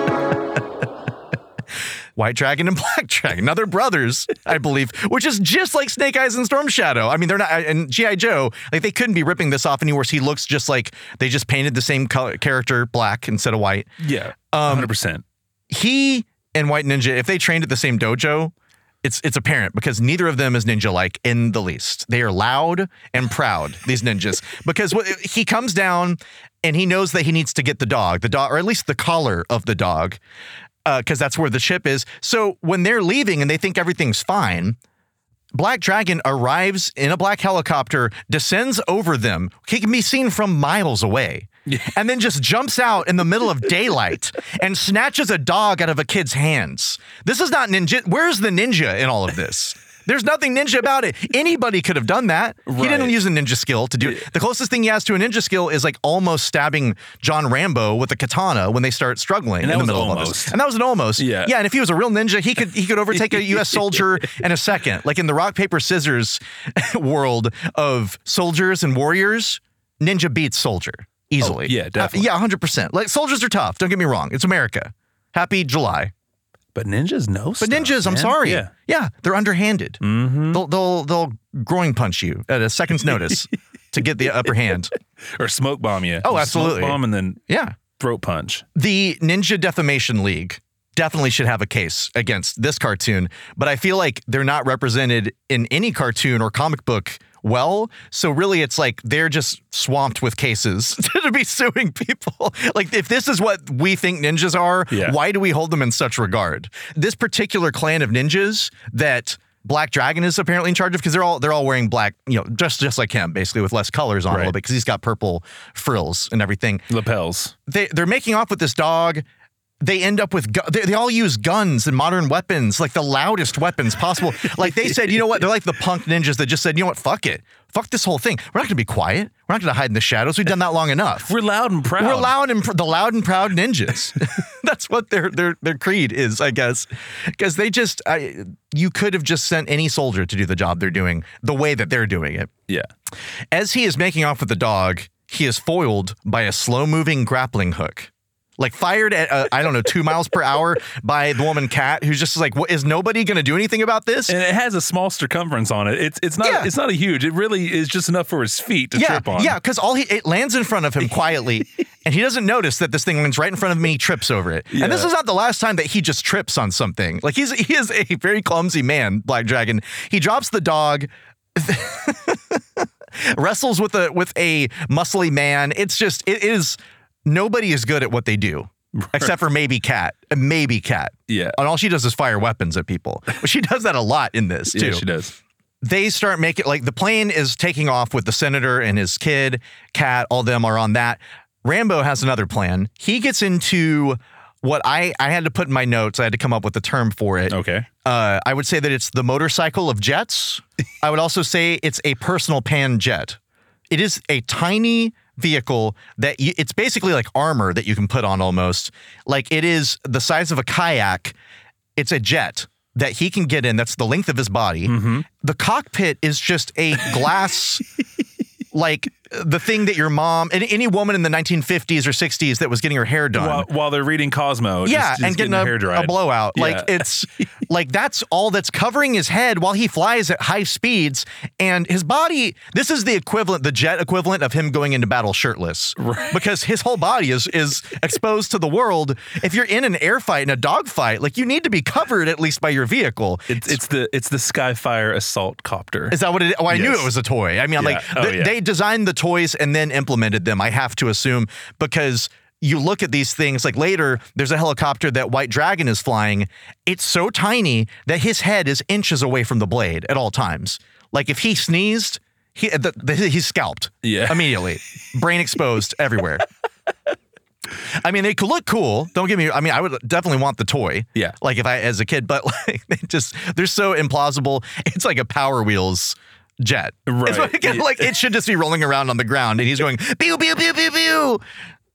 B: White Dragon and *laughs* Black Dragon, now they're brothers, I believe, which is just like Snake Eyes and Storm Shadow. I mean, they're not, and G.I. Joe, like, they couldn't be ripping this off any worse. He looks just like they just painted the same color, character black instead of white.
C: Yeah.
B: Um,
C: 100%.
B: he and White Ninja, if they trained at the same dojo, it's it's apparent because neither of them is ninja like in the least. They are loud and proud, these ninjas. Because what, he comes down and he knows that he needs to get the dog, the dog, or at least the collar of the dog, because uh, that's where the ship is. So when they're leaving and they think everything's fine, Black Dragon arrives in a black helicopter, descends over them. He can be seen from miles away. And then just jumps out in the middle of
C: *laughs*
B: daylight and snatches a dog out of a kid's hands. This is not ninja. Where's the ninja in all of this? There's nothing ninja about it. Anybody could have done that. He didn't
C: Right.
B: use a ninja skill to do it. The closest thing he has to a ninja skill is like almost stabbing John Rambo with a katana when they start struggling
C: And that
B: in the
C: was
B: middle of all
C: almost.
B: this. And that was an almost.
C: Yeah.
B: Yeah. And if he was a real ninja, he could he could overtake a
C: *laughs*
B: U.S. soldier in a second. Like in the rock paper scissors *laughs* world of soldiers and warriors, ninja beats soldier easily.
C: Oh, yeah, definitely.
B: Uh, yeah, hundred percent. Like soldiers are tough. Don't get me wrong. It's America. Happy July.
C: But ninjas know
B: But ninjas, I'm sorry. Yeah. they're underhanded.
C: Mm-hmm.
B: They'll they'll they'll groin punch you at a
C: *laughs*
B: second's notice to get the upper hand.
C: Or smoke bomb you.
B: Oh,
C: Smoke
B: absolutely.
C: bomb and then
B: Yeah.
C: throat punch.
B: the Ninja Defamation League definitely should have a case against this cartoon, but I feel like they're not represented in any cartoon or comic book well. So really it's like they're just swamped with cases *laughs* to be suing people. *laughs* Like if this is what we think ninjas are,
C: Yeah.
B: why do we hold them in such regard? This particular clan of ninjas that Black Dragon is apparently in charge of because they're all they're all wearing black, you know, just just like him, basically with less colors on a
C: Right.
B: little bit because he's got purple frills and everything
C: Lapels.
B: they they're making off with this dog. They end up with gu- they, they all use guns and modern weapons, like the loudest weapons possible. like they said, you know what? They're like the punk ninjas that just said, you know what? Fuck it, fuck this whole thing. We're not gonna be quiet. We're not gonna hide in the shadows. We've done that long enough.
C: We're loud and proud.
B: We're loud and pr- the loud and proud ninjas. That's what their their their creed is, I guess. Because they just, I, you could have just sent any soldier to do the job they're doing the way that they're doing it.
C: Yeah.
B: As he is making off with the dog, he is foiled by a slow moving grappling hook. Like fired at uh, I don't know two miles per hour by the woman cat who's just like what is nobody gonna do anything about this?
C: And it has a small circumference on it. It's it's not
B: Yeah.
C: it's not a huge. It really is just enough for his feet to
B: yeah,
C: trip on.
B: yeah, because all he it lands in front of
C: *laughs*
B: him quietly, and he doesn't notice that this thing lands right in front of him. and He trips over it, and this
C: Yeah.
B: is not the last time that he just trips on something. Like he's he is a very clumsy man, Black Dragon. He drops the dog. *laughs* wrestles with a with a muscly man. It's just it is nobody is good at what they do. Except for maybe Cat, maybe Cat,
C: Yeah.
B: and all she does is fire weapons at people. But she does that a lot in this too
C: Yeah, she does.
B: they start making like the plane is taking off with the senator and his kid, Cat, all them are on that. Rambo has another plan. He gets into what I I had to put in my notes. I had to come up with a term for it.
C: Okay.
B: Uh, I would say that it's the motorcycle of jets. I would also say it's a personal pan jet. It is a tiny vehicle that you, it's basically like armor that you can put on almost. Like it is the size of a kayak. It's a jet that he can get in. That's the length of his body. The cockpit is just a glass like the thing that your mom and any woman in the 1950s or 60s that was getting her hair done
C: While, while they're reading Cosmo, just-
B: Um, yeah,
C: just
B: and getting,
C: their
B: a,
C: hair
B: a
C: dried.
B: blowout. Like
C: Yeah. *laughs*
B: it's like that's all that's covering his head while he flies at high speeds, and his body. This is the equivalent, the jet equivalent of him going into battle shirtless,
C: Right.
B: because his whole body is is exposed to the world. If you're in an air fight and a dog fight, like you need to be covered at least by your vehicle.
C: It's it's the it's the Skyfire assault copter.
B: Is that what it? Oh, I knew
C: Yes.
B: it was a toy. I mean, I'm
C: Yeah.
B: like
C: Oh,
B: they,
C: yeah.
B: they designed the toys and then implemented them. I have to assume because you look at these things like later. There's a helicopter that White Dragon is flying. It's so tiny that his head is inches away from the blade at all times. Like if he sneezed, he the, the, he's scalped.
C: Yeah.
B: immediately, brain exposed everywhere.
C: *laughs*
B: I mean, they could look cool. Don't get me. I mean, I would definitely want the toy.
C: Yeah.
B: *laughs* Like if I as a kid, but like they just they're so implausible. It's like a Power Wheels jet.
C: Right.
B: It's like, like, it should just be rolling around on the ground, and he's going pew pew pew pew pew.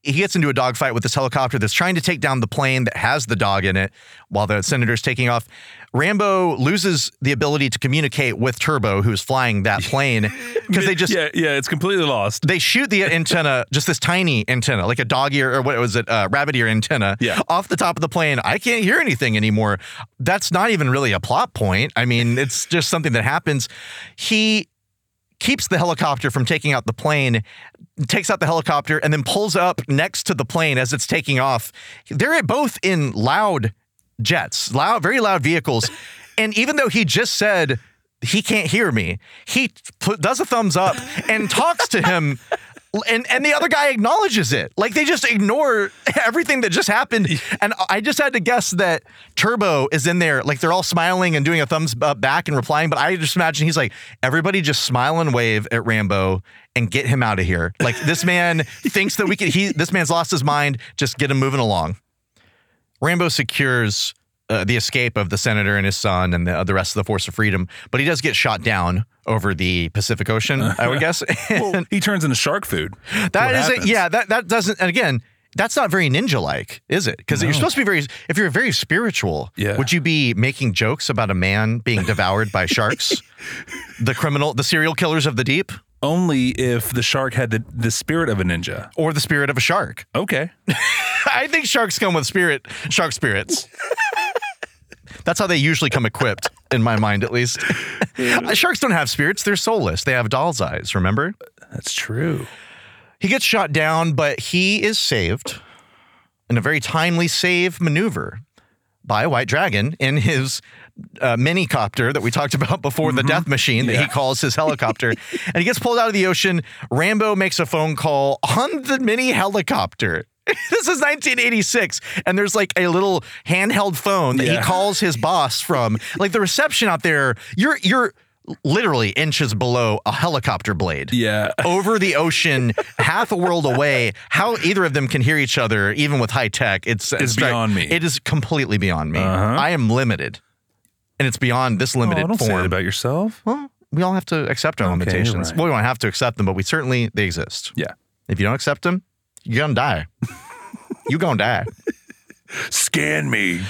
B: He gets into a dogfight with this helicopter that's trying to take down the plane that has the dog in it. While the senator's taking off, Rambo loses the ability to communicate with Turbo, who's flying
C: *laughs*
B: that plane, because they just
C: yeah, yeah, it's completely lost.
B: they shoot the antenna, just this tiny antenna, like a dog ear or what was it, uh, rabbit ear antenna,
C: Yeah.
B: off the top of the plane. I can't hear anything anymore. That's not even really a plot point. I mean, it's just something that happens. He keeps the helicopter from taking out the plane, takes out the helicopter, and then pulls up next to the plane as it's taking off. They're both in loud jets, loud, very loud vehicles. and even though he just said, he can't hear me. He pl- does a thumbs up and talks to him. And, and the other guy acknowledges it. Like they just ignore *laughs* everything that just happened. And I just had to guess that Turbo is in there. Like they're all smiling and doing a thumbs up back and replying. But I just imagine he's like, everybody just smile and wave at Rambo and get him out of here. Like this man thinks that we could, he, this man's lost his mind. Just get him moving along. Rambo secures uh, the escape of the senator and his son and the, the rest of the force of freedom, but he does get shot down over the Pacific Ocean, I would guess.
C: Well, *laughs* he turns into shark food.
B: That
C: What
B: is it.
C: happens.
B: Yeah, that that doesn't. And again, that's not very ninja like, is it? Because you're
C: No.
B: supposed to be very. If you're very spiritual,
C: Yeah.
B: would you be making jokes about a man being devoured by
C: *laughs*
B: sharks, the criminal, the serial killers of the deep,
C: Only if the shark had the, the spirit of a ninja.
B: or the spirit of a shark? *laughs*
C: Okay.
B: I think sharks come with spirit, shark
C: *laughs*
B: spirits. That's how they usually come equipped, in my mind at least. *laughs* Sharks don't have spirits, they're soulless. They have doll's eyes, remember?
C: That's true.
B: He gets shot down, but he is saved in a very timely save maneuver by a white dragon in his uh, mini copter that we talked about before, the death machine that he calls his helicopter. and he gets pulled out of the ocean. Rambo makes a phone call on the mini helicopter. *laughs* this is 1986, and there's like a little handheld phone that he
C: Yeah.
B: calls his boss from. Like the reception out there, you're you're literally inches below a helicopter blade
C: *laughs* Yeah.
B: over the ocean, half a world away. How either of them can hear each other, even with high tech, it's, it's like-
C: beyond me.
B: It is completely beyond me.
C: Uh-huh.
B: I am limited, and it's beyond this
C: Oh,
B: limited
C: don't say
B: form.
C: that about yourself.
B: well, we all have to accept our
C: Okay, you're
B: limitations.
C: right.
B: Well, we don't have to accept them, but we certainly they exist.
C: Yeah.
B: If you don't accept them, you're gonna die. *laughs* you gonna die.
C: Scan me.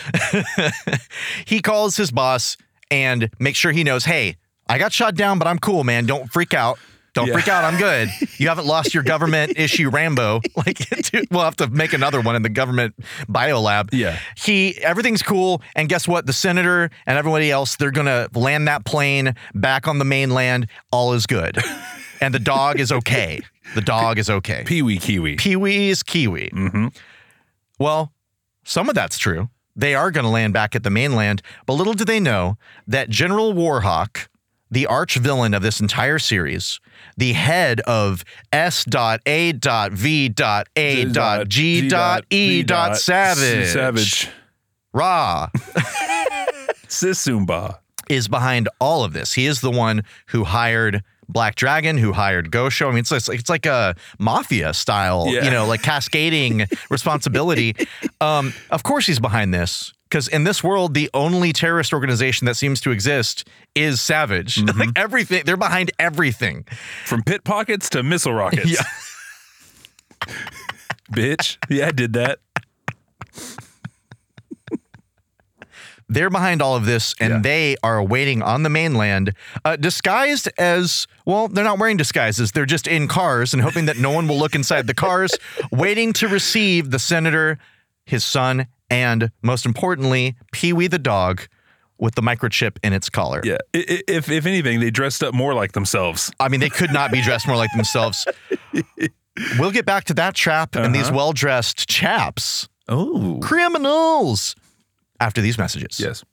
B: He calls his boss and makes sure he knows, hey, I got shot down, but I'm cool, man. Don't freak out. Don't
C: Yeah.
B: freak out. I'm good. You haven't lost your
C: *laughs*
B: government issue Rambo. *laughs* Like dude, we'll have to make another one in the government biolab.
C: Yeah.
B: He everything's cool. And guess what? The senator and everybody else, they're gonna land that plane back on the mainland. All is
C: *laughs*
B: good. And the dog is okay. The dog is okay.
C: Pee wee kiwi.
B: Pee-wee is Kiwi.
C: Mhm.
B: Well, some of that's true. They are going to land back at the mainland, but little do they know that General Warhawk, the arch villain of this entire series, the head of S.A.V.A.G.E. E Savage,
C: E Savage.
B: Ra,
C: Sisumba.
B: is behind all of this. He is the one who hired Black Dragon, who hired Gosho. I mean, it's it's, it's like a mafia style,
C: Yeah.
B: you know, like cascading responsibility. Um, of course, he's behind this because in this world, the only terrorist organization that seems to exist is Savage. *laughs* Like everything, they're behind everything.
C: From pit pockets to missile rockets.
B: Yeah.
C: *laughs* Bitch. Yeah, I did that.
B: They're behind all of this, and
C: Yeah.
B: they are waiting on the mainland, uh, disguised as well. They're not wearing disguises; they're just in cars and hoping that no one will look inside the
C: *laughs*
B: cars, waiting to receive the senator, his son, and most importantly, Pee Wee the dog, with the microchip in its collar.
C: Yeah. I- I- If, if anything, they dressed up more like themselves.
B: I mean, they could not be dressed more like
C: *laughs*
B: themselves. We'll get back to that trap and these
C: Uh-huh.
B: well-dressed chaps,
C: Oh.
B: criminals, after these messages.
C: Yes.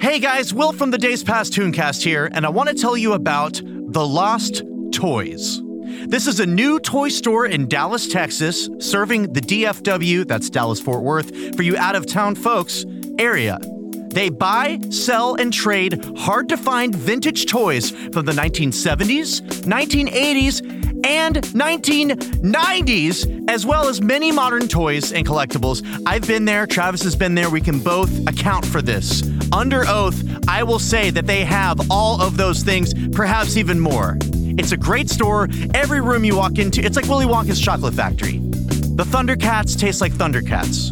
B: Hey guys, Will from the Days Past Tooncast here, and I want to tell you about The Lost Toys. This is a new toy store in Dallas, Texas, serving the DFW, that's Dallas Fort Worth, for you out of town folks, area. They buy, sell, and trade hard to find vintage toys from the 1970s, 1980s, and 1990s, as well as many modern toys and collectibles. I've been there, Travis has been there. We can both account for this. Under oath, I will say that they have all of those things, perhaps even more. It's a great store. Every room you walk into, it's like Willy Wonka's chocolate factory. The Thundercats taste like Thundercats.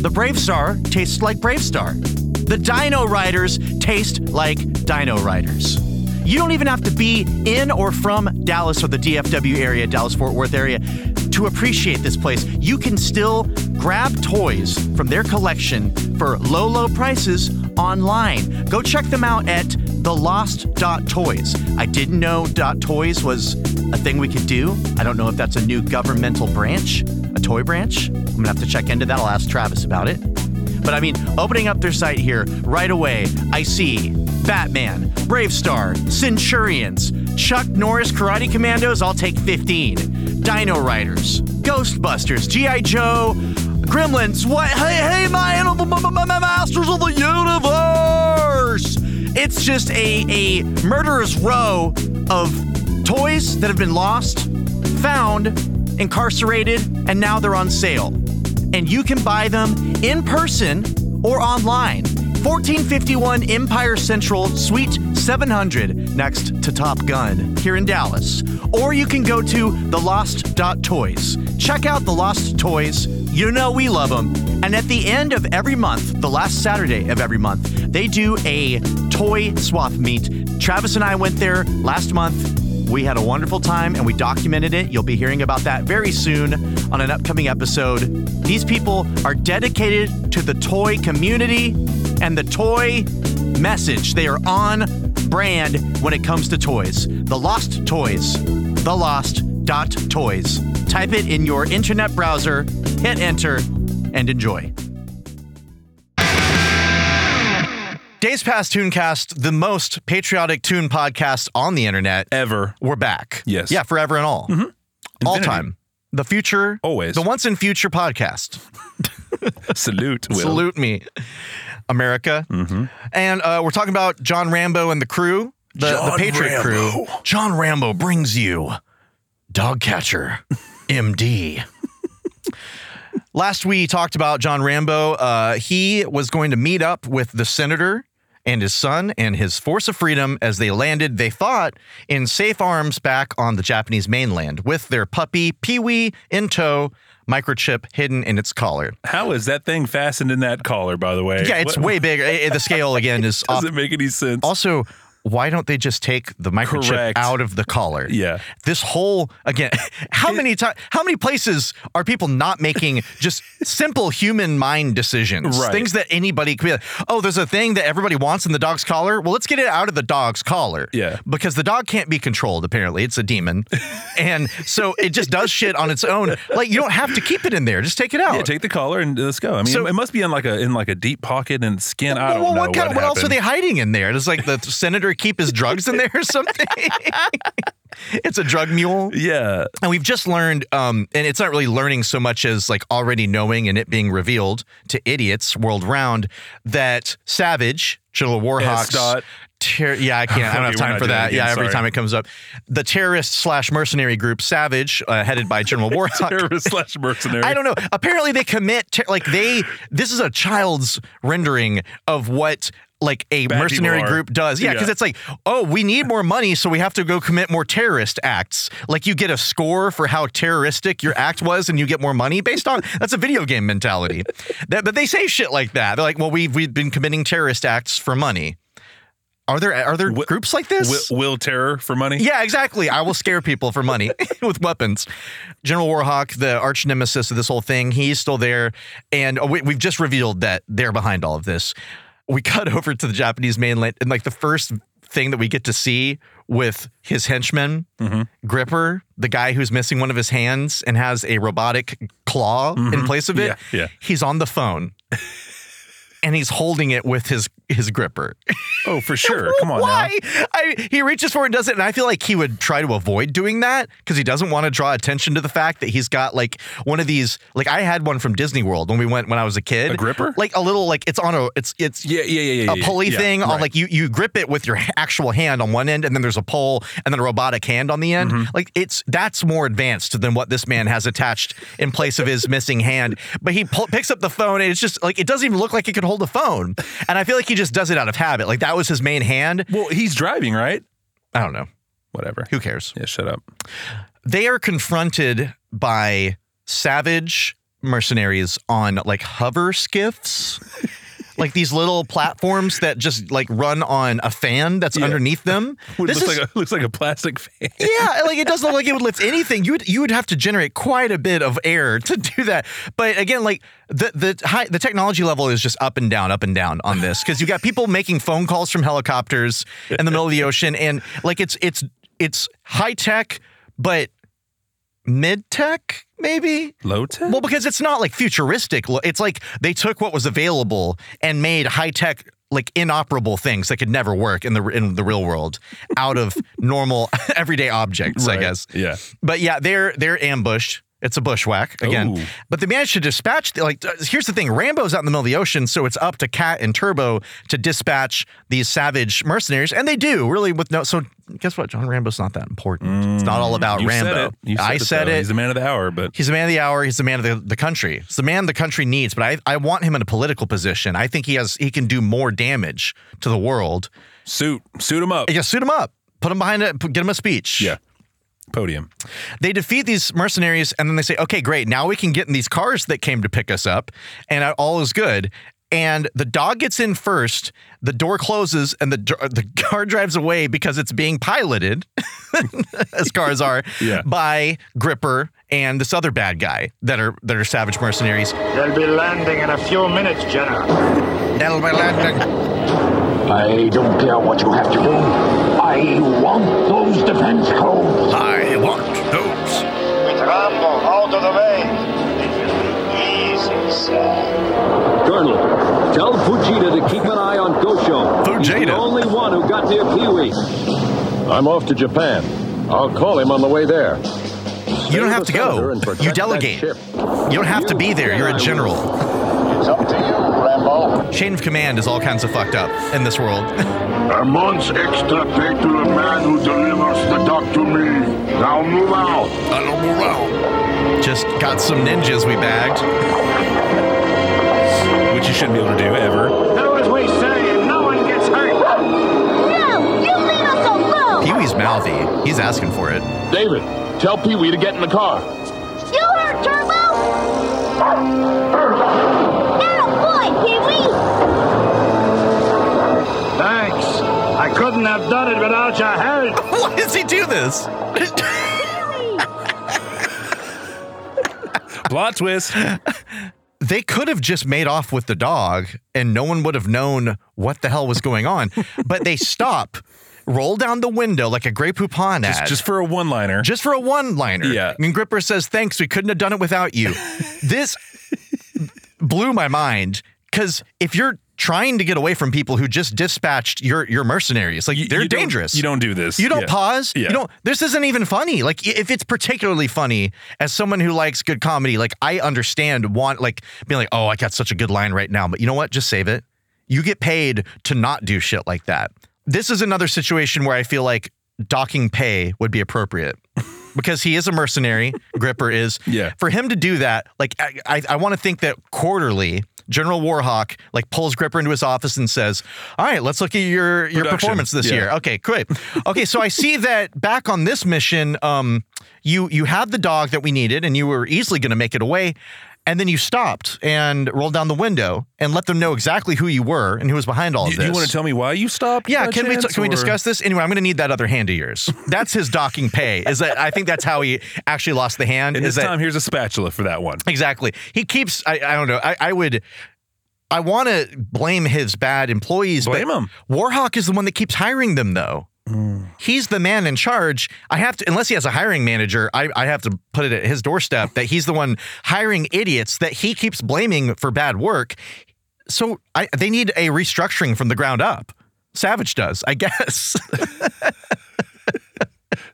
B: The Brave Star tastes like Brave Star. The Dino Riders taste like Dino Riders. You don't even have to be in or from Dallas or the DFW area, Dallas Fort Worth area, to appreciate this place. You can still grab toys from their collection for low, low prices online. Go check them out at thelost.toys. I didn't know .toys was a thing we could do. I don't know if that's a new governmental branch, a toy branch. I'm gonna have to check into that. I'll ask Travis about it. But I mean, opening up their site here right away, I see Batman, Brave Star, Centurions, Chuck Norris Karate Commandos, I'll take 15, Dino Riders, Ghostbusters, G.I. Joe, Gremlins, what? Hey, hey, my animal my- my- my- my masters of the universe! It's just a, a murderous row of toys that have been lost, found, incarcerated, and now they're on sale and you can buy them in person or online. 1451 Empire Central, Suite 700, next to Top Gun, here in Dallas. Or you can go to thelost.toys. Check out The Lost Toys. You know we love them. And at the end of every month, the last Saturday of every month, they do a toy swap meet. Travis and I went there last month. We had a wonderful time and we documented it. You'll be hearing about that very soon on an upcoming episode. These people are dedicated to the toy community and the toy message. They are on brand when it comes to toys. The Lost Toys. The Lost dot toys. Type it in your internet browser, hit enter, and enjoy. Days Past Tooncast, the most patriotic tune podcast on the internet
C: ever.
B: We're back.
C: Yes. Mm-hmm.
B: Yeah, forever and all. All
C: Infinity.
B: time. The future.
C: Always.
B: The once in future podcast.
C: Salute. Will. Mm-hmm.
B: Salute me, America. And uh, we're talking about John Rambo and the crew, the, the
C: John
B: Patriot crew.
C: Rambo.
B: John Rambo brings you
C: *laughs*
B: Dogcatcher MD. Last we talked about John Rambo. Uh, he was going to meet up with the senator and his son and his force of freedom as they landed, they thought, in safe arms back on the Japanese mainland with their puppy Pee Wee in tow, microchip hidden in its collar.
C: How is that thing fastened in that collar, by the way?
B: Yeah, it's
C: What- *laughs*
B: way bigger. Eh, eh, The scale again is off.
C: Doesn't make any sense.
B: Also, why don't they just take the microchip
C: Correct.
B: out of the collar?
C: Yeah.
B: This whole again, *laughs* how many times? How many places are people not making just simple human mind decisions?
C: Right.
B: Things that anybody could be like, oh, there's a thing that everybody wants in the dog's collar. Well, let's get it out of the dog's collar.
C: Yeah.
B: Because the dog can't be controlled. Apparently, it's a
C: *laughs*
B: demon, and so it just does shit on its own. Like you don't have to keep it in there. Just take it out.
C: Yeah, take the collar and uh, let's go. I mean,
B: So-
C: it must be in like a in like a deep pocket and skin. I don't
B: well,
C: know
B: what, kind of, what else are
C: happened.
B: they hiding in there? Does like the senator keep his drugs in there or something? *laughs* it's a drug mule. *laughs*
C: Yeah,
B: And we've just learned, um, and it's not really learning so much as like already knowing and it being revealed to idiots world round that Savage, General Warhawk's.
C: dot.
B: Ter- yeah, I can't. I don't
C: Okay,
B: have
C: we're
B: time for
C: not doing
B: that.
C: it again,
B: yeah, every
C: sorry.
B: time it comes up, the terrorist slash mercenary group Savage, uh, headed by
C: *laughs*
B: General Warhawk,
C: terrorist slash mercenary.
B: I don't know. Apparently, they commit ter- like they. This is a child's rendering of what like a
C: Bad
B: mercenary
C: people are.
B: group does. Yeah,
C: Yeah.
B: because it's like, oh, we need more money, so we have to go commit more terrorist acts. Like you get a score for how terroristic your act was, and you get more money based on. That's a video game mentality. that, but they say shit like that. They're like, well, we we've been committing terrorist acts for money. Are there are there
C: Wi-
B: groups like this?
C: Will, will terror for money?
B: Yeah, exactly. I will scare people for
C: *laughs*
B: money *laughs* with weapons. General Warhawk, the arch nemesis of this whole thing, he's still there. And uh, we, we've just revealed that they're behind all of this. We *laughs* cut over to the Japanese mainland, and like the first thing that we get to see with his henchman,
C: Mm-hmm.
B: Gripper, the guy who's missing one of his hands and has a robotic claw in place of it,
C: Mm-hmm. Yeah, yeah.
B: *laughs* he's on the phone and he's holding it with his his gripper. *laughs*
C: Oh, for sure. Come on now.
B: Why? I, he reaches for it and does it, and I feel like he would try to avoid doing that because he doesn't want to draw attention to the fact that he's got like one of these. Like I had one from Disney World when we went when I was a kid.
C: A gripper?
B: Like a little like it's on a it's it's
C: Yeah, yeah, yeah, yeah.
B: a
C: yeah,
B: pulley
C: yeah,
B: thing on
C: right.
B: like you you grip it with your h- actual hand on one end and then there's a pole and then a robotic hand on the end
C: Mm-hmm.
B: like it's that's more advanced than what this man has attached in place of his missing hand but he pull, picks up the phone and it's just like it doesn't even look like it could hold a phone and i feel like he just does it out of habit like that was his main hand
C: Well, he's driving, right?
B: i don't know
C: Whatever.
B: who cares
C: Yeah, shut up.
B: they are confronted by savage mercenaries on like hover skiffs like these little platforms that just like run on a fan that's
C: Yeah.
B: underneath
C: *laughs*
B: them
C: It
B: This
C: looks,
B: is-
C: like a, looks like a plastic fan.
B: yeah, like it doesn't look like it would lift anything. You would you would have to generate quite a bit of air *laughs* to do that. But again, like the the high, the technology level is just up and down, up and down on this because you got people making phone calls from helicopters in the middle of the ocean, and like it's it's it's high tech, but mid tech maybe.
C: Low tech?
B: Well, because it's not like futuristic. lo- It's like they took what was available and made high tech, like inoperable things that could never work in the in the real world out
C: *laughs*
B: of normal *laughs* everyday objects, I
C: Right.
B: guess.
C: Yeah.
B: But yeah, they're they're ambushed. It's a bushwhack again.
C: Ooh.
B: But they managed to dispatch. the- Like, uh, here's the thing: Rambo's out in the middle of the ocean, so it's up to Cat and Turbo to dispatch these savage mercenaries, and they do really with no. So guess what? John Rambo's not that important. it's not all about
C: Mm, You
B: Rambo.
C: said it. You
B: I said
C: though.
B: it.
C: He's the man of the hour, but
B: He's the man of the hour. He's the man of the, the country. He's the man the country needs. But I, I want him in a political position. I think he has he can do more damage to the world.
C: suit. Suit him up.
B: Yeah, suit him up. Put him behind it. Get him a speech.
C: Yeah. Podium.
B: They defeat these mercenaries and then they say, okay, great. Now we can get in these cars that came to pick us up and uh, all is good. And the dog gets in first. The door closes and the dr- the *laughs* car drives away because it's being piloted, *laughs* as cars are,
C: Yeah.
B: by Gripper and this other bad guy that are that are savage mercenaries.
G: They'll be landing in a few minutes, General.
B: That'll be landing.
J: I don't care what you have to do. I want those defense codes.
B: I want those.
G: With Rambo out of the way, it will be easy, sir.
I: Colonel, tell Fujita to keep an eye on Gosho. He's the
B: Fujita.
I: only one who got near Pee-wee.
E: I'm off to Japan. I'll call him on the way there.
B: You don't have to go. You delegate. You don't have to be there. You're a general.
G: It's up to you, Rambo.
B: Chain of command is all kinds of fucked up in this world. *laughs*
D: A month's extra pay to the man who delivers the duck to me. Now move out.
A: I don't move out.
B: Just got some ninjas we bagged.
C: Which you shouldn't be able to do ever.
G: Do as we say, and no one gets hurt.
F: No, you leave us alone!
B: Pee Wee's mouthy. He's asking for it. *laughs*
E: David, tell Pee Wee to get in the car.
F: You heard Turbo? Now, boy, Pee Wee!
G: Thanks. I couldn't have done it without your help.
B: Why does he do this? *laughs*
C: Plot twist.
B: They could have just made off with the dog and no one would have known what the hell was going on. But they *laughs* stop, roll down the window like a Grey Poupon ad.
C: Just, just for a one liner.
B: just for a one liner.
C: Yeah.
B: I mean, Gripper says, thanks, we couldn't have done it without
C: *laughs*
B: you. this blew my mind because if you're trying to get away from people who just dispatched your, your mercenaries, like they're dangerous.
C: You don't do this.
B: You don't
C: Yeah.
B: pause.
C: Yeah.
B: You don't. This isn't even funny. Like i- if it's particularly funny as someone who likes good comedy, like I understand want like being like, oh, I got such a good line right now, but you know what? Just save it. You get paid to not do shit like that. This is another situation where I feel like docking pay would be appropriate. *laughs* Because he is a mercenary, Gripper is.
C: Yeah.
B: For him to do that, like I, I, I want to think that quarterly, General Warhawk like pulls Gripper into his office and says, "All right, let's look at your your
C: Production.
B: performance this
C: Yeah.
B: year. Okay, great. Okay, so I see that back on this mission, um, you you had the dog that we needed, and you were easily going to make it away, and then you stopped and rolled down the window and let them know exactly who you were and who was behind all of
C: Do
B: this.
C: you want to tell me why you stopped?
B: Yeah,
C: by
B: can we
C: chance,
B: can we
C: or-
B: discuss this anyway? I'm going to need that other hand of yours. That's his docking pay. Is that I think that's how he actually lost the hand.
C: And
B: is
C: this
B: that
C: time, here's a spatula for that one.
B: Exactly. He keeps. I, I don't know. I, I would. I want to blame his bad employees.
C: Blame
B: but
C: 'em. Mm.
B: Warhawk is the one that keeps hiring them, though. He's the man in charge. I have to, unless he has a hiring manager, I, I have to put it at his doorstep that he's the one hiring idiots that he keeps blaming for bad work. so I, they need a restructuring from the ground up. Savage does, I *laughs* guess.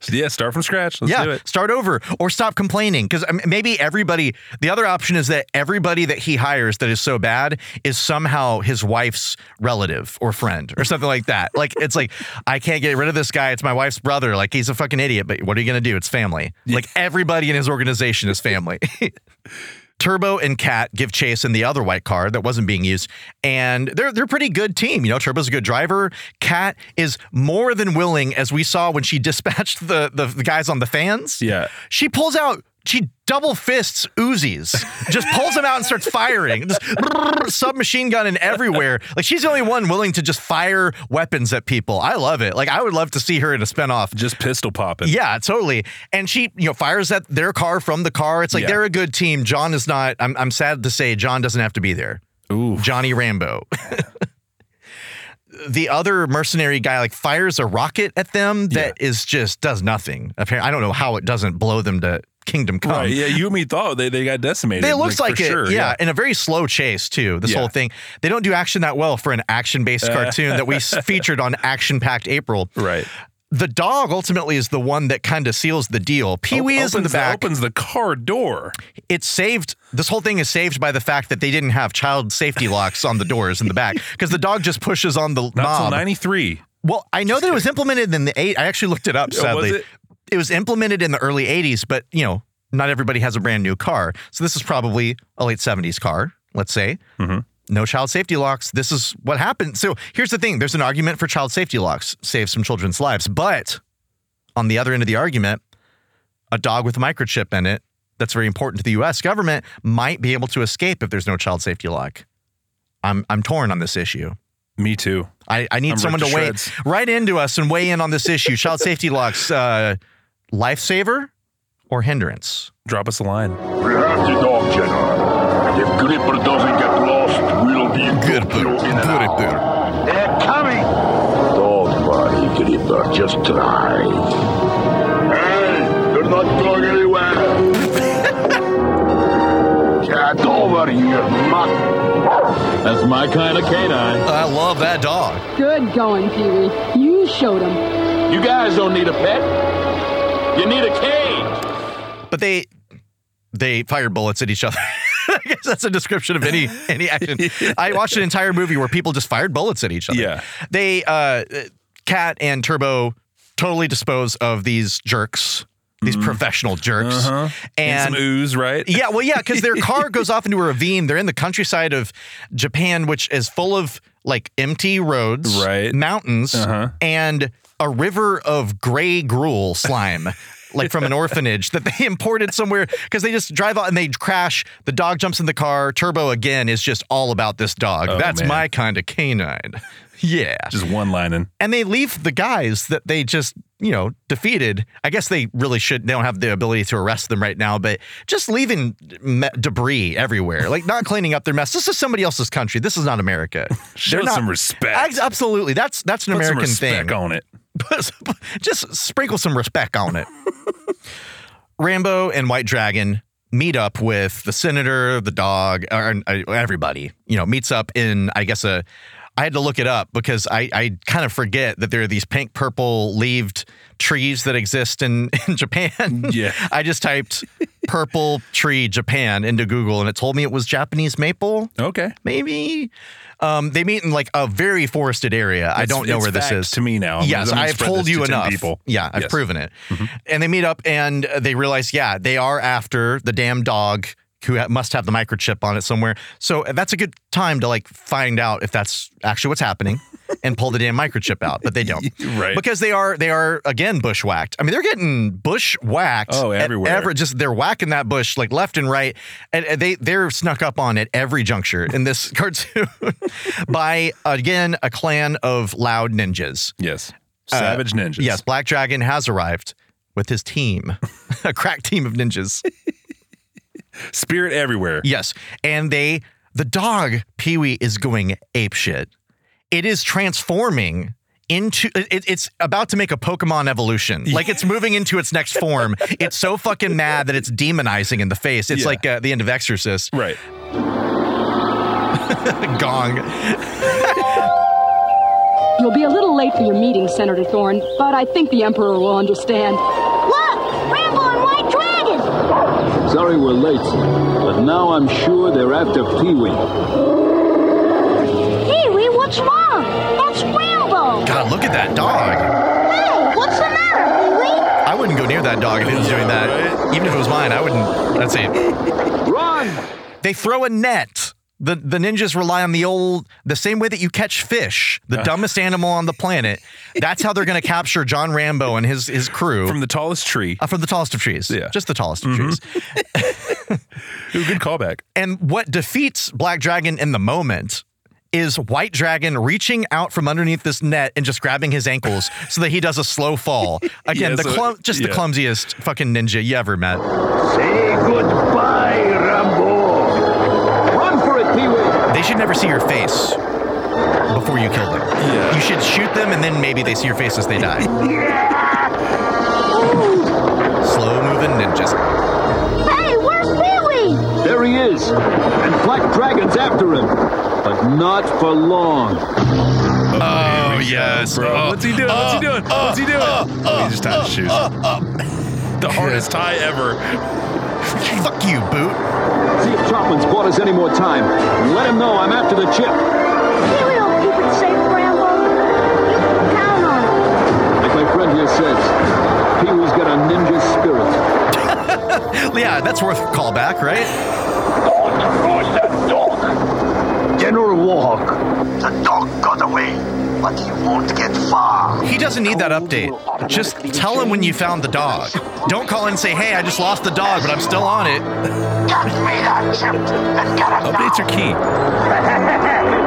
C: So, yeah, start from scratch. Let's do
B: yeah,
C: it.
B: start over or stop complaining because maybe everybody. The other option is that everybody that he hires that is so bad is somehow his wife's relative or friend or something like that. Like it's like I can't get rid of this guy. It's my wife's brother. Like he's a fucking idiot. But what are you gonna do? It's family. Like everybody in his organization is family. *laughs* Turbo and Cat give chase in the other white car that wasn't being used, and they're they're a pretty good team. You know, Turbo's a good driver. Cat is more than willing, as we saw when she *laughs* dispatched the the, the guys on the fans.
C: Yeah.
B: she pulls out. She double fists Uzis, just pulls them out and starts firing. Just brrr, submachine gun in everywhere. Like she's the only one willing to just fire weapons at people. I love it. Like I would love to see her in a spinoff
C: Just pistol popping.
B: yeah, totally. And she, you know, fires at their car from the car. It's like
C: Yeah.
B: they're a good team. John is not. I'm, I'm sad to say, John doesn't have to be there.
C: Ooh.
B: Johnny Rambo. *laughs* the other mercenary guy like fires a rocket at them that is just does nothing. Apparently, I don't know how it doesn't blow them to kingdom come.
C: Right, yeah, you and me thought they, they got decimated.
B: It um, looks like,
C: for
B: it,
C: sure,
B: yeah, and a very slow chase too. This
C: Yeah. Uh.
B: whole thing, they don't do action that well for an action-based cartoon
C: *laughs*
B: that we s- featured on Action-Packed April.
C: Right.
B: The dog ultimately is the one that kind of seals the deal. Pee Wee is in the
C: Opens
B: back.
C: Opens the car door.
B: it's saved. This whole thing is saved by the fact that they didn't have child safety locks on the doors in the back because the dog just pushes on the
C: Not till
B: knob.
C: 93.
B: Well, I know that
C: *laughs*
B: it was implemented in the eight. I actually looked it up.
C: Oh, was
B: Sadly,
C: it?
B: It was implemented in the early '80s, but you know, not everybody has a brand new car. So this is probably a late '70s car, let's say.
C: Mm-hmm.
B: No child safety locks. This is what happened. So here's the thing: there's an argument for child safety locks, save some children's lives. But on the other end of the argument, a dog with a microchip in it that's very important to the U.S. government might be able to escape if there's no child safety lock. I'm I'm torn on this issue.
C: Me too.
B: I, I need
C: I'm
B: someone to
C: ripped to
B: weigh
C: shreds.
B: right into us and weigh in on this issue. Child safety locks, uh, lifesaver or hindrance?
C: Drop us a line.
D: We have the dog, General. If Gripper doesn't get lost, we'll be Gripper in an hour.
G: They're coming!
D: Dog body, Gripper. Just drive. Hey, you're not going anywhere. *laughs* Get over here, mutt.
E: That's my kind of canine.
B: I love that dog.
K: Good going, Pee Wee. You showed him.
E: You guys don't need a pet. You need a cage.
B: But they they fire bullets at each other. *laughs* I guess that's a description of any any
C: *laughs*
B: action. I watched an entire movie where people just fired bullets at each other.
C: Yeah.
B: They uh Cat and Turbo totally dispose of these jerks, these professional jerks.
C: Mm-hmm. Uh-huh.
B: And
C: some ooze, right?
B: Yeah, well, yeah, because their
C: *laughs*
B: car goes off into a ravine. They're in the countryside of Japan, which is full of like empty roads,
C: Right.
B: mountains,
C: Uh-huh.
B: and a river of gray gruel slime. Like
C: *laughs*
B: from an orphanage that they imported somewhere because they just drive out and they crash. The dog jumps in the car. Turbo again is just all about this dog.
C: Oh,
B: That's
C: man.
B: my kind of canine. *laughs* Yeah.
C: Just one lining.
B: And they leave the guys that they just, you know, defeated. I guess they really should. They don't have the ability to arrest them right now, but just leaving me- debris everywhere, like not cleaning up their mess. This is somebody else's country. This is not America.
C: *laughs* Show some respect.
B: Ex- Absolutely, that's that's an
C: Put
B: American
C: some respect
B: thing.
C: on it.
B: Put some- *laughs* just sprinkle some respect on it. Rambo and White Dragon meet up with the senator, the dog, or, uh, everybody. You know, meets up in I guess a. I had to look it up because I, I kind of forget that there are these pink purple leaved trees that exist in, *laughs* in Japan.
C: Yeah.
B: I just typed purple tree Japan into Google and it told me it was Japanese maple
C: Okay.
B: maybe. Um, they meet in like a very forested area. I
C: It's-
B: don't know
C: it's
B: where this
C: fact
B: is.
C: to me now. I'm-
B: yes,
C: I'm gonna
B: I've
C: spread
B: told
C: this
B: you
C: to 10
B: enough.
C: people.
B: Yeah, I've
C: Yes. Mm-hmm.
B: proven it. And they meet up and uh, they realize, yeah, they are after the damn dog who ha- must have the microchip on it somewhere. So uh, that's a good time to like find out if that's actually what's
C: *laughs*
B: happening. And pull the damn microchip out, but they don't,
C: Right.
B: Because they are they are again bushwhacked. I mean, they're getting bushwhacked.
C: Oh,
B: at
C: everywhere.
B: every- just they're whacking that bush like left and right, and and they they're snuck up on at every juncture in this *laughs* cartoon by again a clan of loud ninjas.
C: Yes. Savage ninjas.
B: Uh, Yes, Black Dragon has arrived with his team,
C: *laughs*
B: a crack team of ninjas.
C: Spirit everywhere.
B: Yes, and they the dog Pee Wee is going ape shit. It is transforming into it, it's about to make a Pokemon evolution. Like it's moving into its next
C: *laughs*
B: form. it's so fucking mad that it's demonizing in the face. It's
C: Yeah.
B: like uh, the end of Exorcist.
C: Right.
B: Gong.
K: You'll be a little late for your meeting, Senator Thorne, but I think the Emperor will understand.
F: Look! Rambo and White Dragon!
I: Sorry we're late, but now I'm sure they're after Pee Wee.
F: Pee Wee, what's wrong? That's Rambo!
B: God, look at that dog.
F: Hey, what's the matter, Pee Wee?
B: I wouldn't go near that dog if it was doing that. Even if it was mine, I wouldn't. That's it.
I: Run!
B: They throw a net. The, the ninjas rely on the old, the same way that you catch fish, the dumbest animal on the planet. That's how they're
C: *laughs*
B: going to capture John Rambo and his, his crew.
C: From the tallest tree.
B: Uh, from the tallest of trees.
C: Yeah. Mm-hmm.
B: Just the tallest of trees.
C: Ooh, good callback.
B: And what defeats Black Dragon in the moment is White Dragon reaching out from underneath this net and just grabbing his ankles so that he does a slow
C: *laughs*
B: fall. Again,
C: Yeah,
B: the
C: so-
B: clum- just the
C: yeah.
B: clumsiest fucking ninja you ever met.
E: Say goodbye, Rambo.
I: Run for it, Pee Wee!
B: They should never see your face before you kill them.
C: Yeah.
B: You should shoot them and then maybe they see your face as they
C: *laughs*
B: die. slow moving ninjas.
F: Hey, where's Pee Wee?
I: There he is, and Black Dragon's after him, but not for long.
B: Oh, yes.
C: Bro, what's he doing?
B: uh,
C: What's he
B: Oh,
C: doing? what's he doing? he just tied his shoes.
B: uh.
C: the hardest tie ever.
B: Fuck you, Boot.
I: See if Choplin's bought us any more time. Let him know I'm after the chip.
F: Pee Wee will keep it safe, Rambo. You can count on him.
I: Like my friend here says, Pee Wee's got a ninja spirit.
B: Yeah, that's worth a callback, right?
E: General Warhawk. The dog got away, but he won't get far.
B: He doesn't need that update. Just tell him when you found the dog. Don't call and say, hey, I just lost the dog, but I'm still on it.
E: Get me that chip and get it
C: Updates are key.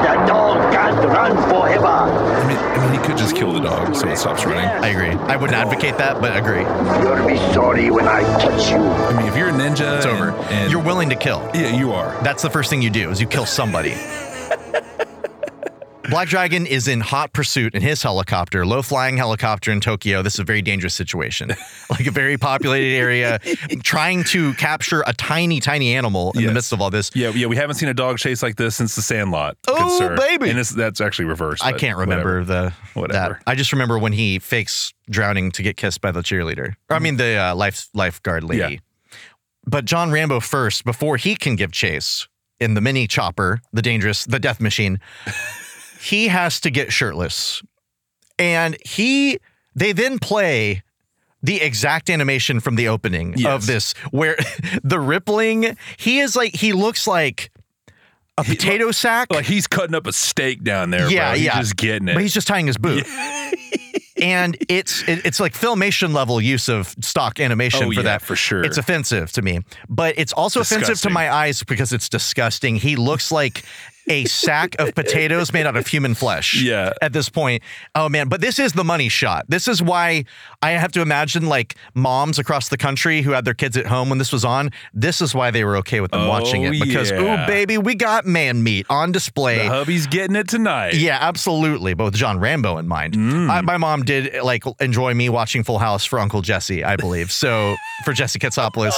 E: the dog can't run forever.
C: I mean, I mean, he could just kill the dog so it stops running.
B: I agree. I wouldn't advocate that, but agree.
E: You'll be sorry when I catch you.
C: I mean, if you're a ninja,
B: It's over.
C: and- and-
B: You're willing to kill.
C: yeah, you are.
B: That's the first thing you do is you kill
C: *laughs*
B: somebody. Black Dragon is in hot pursuit in his helicopter, low flying helicopter in Tokyo. This is a very dangerous situation,
C: *laughs*
B: like a very populated area, trying to capture a tiny, tiny animal in the
C: Yes.
B: midst of all this.
C: Yeah, yeah. We haven't seen a dog chase like this since The Sandlot. good
B: Oh,
C: sir.
B: baby.
C: And it's, that's actually reversed.
B: I
C: but
B: can't remember the
C: Whatever.
B: that. I just remember when he fakes drowning to get kissed by the cheerleader. Or, I
C: Mm.
B: mean the uh, life lifeguard lady. But John Rambo first before he can give chase in the mini chopper, the dangerous, the death
C: *laughs*
B: machine. he has to get shirtless. And he they then play the exact animation from the opening of
C: Yes.
B: this where *laughs* the rippling he is like he looks like a potato sack
C: Like he's cutting up a steak down there.
B: Yeah,
C: bro. He's
B: yeah.
C: Just getting it.
B: but he's just tying his
C: *laughs*
B: boot. and it's it, it's like filmation level use of stock animation
C: Oh,
B: for
C: yeah,
B: that
C: for sure.
B: It's offensive to me, but it's also offensive to
C: Disgusting.
B: my eyes because it's disgusting. He looks like a sack of potatoes made out of human flesh.
C: *laughs* Yeah.
B: At this point, oh man! But this is the money shot. This is why I have to imagine like moms across the country who had their kids at home when this was on. This is why they were okay with them watching
C: Oh,
B: it because
C: yeah.
B: ooh baby, we got man meat on display.
C: the hubby's getting it tonight.
B: Yeah, absolutely. But with John Rambo in mind.
C: Mm.
B: I, my mom did like enjoy me watching Full House for Uncle Jesse, I believe. So for Jesse
C: *laughs*
B: Katsopoulos.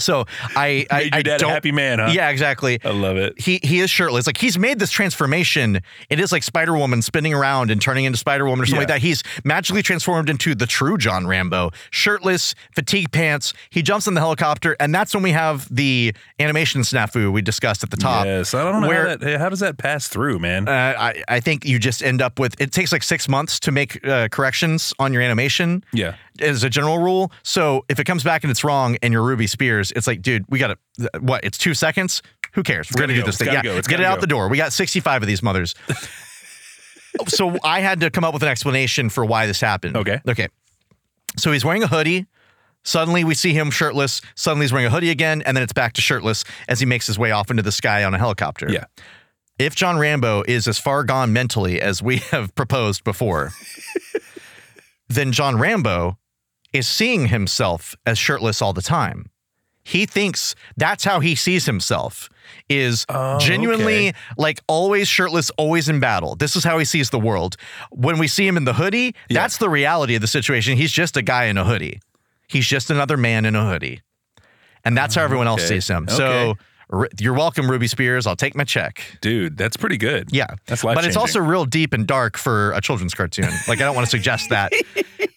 B: So I I,
C: Made your
B: I
C: dad a
B: don't
C: happy man, huh? Oh.
B: Yeah, exactly.
C: I love it.
B: He he is shirtless. Like he's made this transformation. It is like Spider Woman spinning around and turning into Spider Woman or something
C: Yeah.
B: like that. He's magically transformed into the true John Rambo, shirtless, fatigue pants. He jumps in the helicopter, and that's when we have the animation snafu we discussed at the top.
C: Yes, I don't know
B: where-
C: how, that, how does that pass through, man.
B: uh, I, I think you just end up with it takes like six months to make uh, corrections on your animation
C: yeah,
B: as a general rule. So if it comes back and it's wrong and you're Ruby Spears, it's like, dude, we got to, what? It's two seconds. Who cares? We're going to
C: gotta
B: do
C: go.
B: this
C: It's
B: thing. Yeah,
C: gotta go. It's
B: get it
C: gotta
B: out
C: go.
B: the door. We got 65 of these
C: *laughs*
B: mothers. so I had to come up with an explanation for why this happened.
C: Okay.
B: Okay. So he's wearing a hoodie. Suddenly we see him shirtless. Suddenly he's wearing a hoodie again. And then it's back to shirtless as he makes his way off into the sky on a helicopter
C: yeah.
B: if John Rambo is as far gone mentally as we *laughs* have proposed before, then John Rambo is seeing himself as shirtless all the time. He thinks that's how he sees himself is
C: Oh,
B: genuinely
C: okay.
B: like always shirtless, always in battle. This is how he sees the world. When we see him in the hoodie,
C: Yeah.
B: that's the reality of the situation. He's just a guy in a hoodie. He's just another man in a hoodie. And that's how everyone else
C: Okay.
B: sees him.
C: Okay.
B: So R- You're welcome, Ruby Spears. I'll take my check.
C: Dude, that's pretty good.
B: Yeah.
C: That's
B: But it's
C: life-changing.
B: also real deep and dark for a children's cartoon. Like, I don't want to suggest
C: *laughs*
B: that,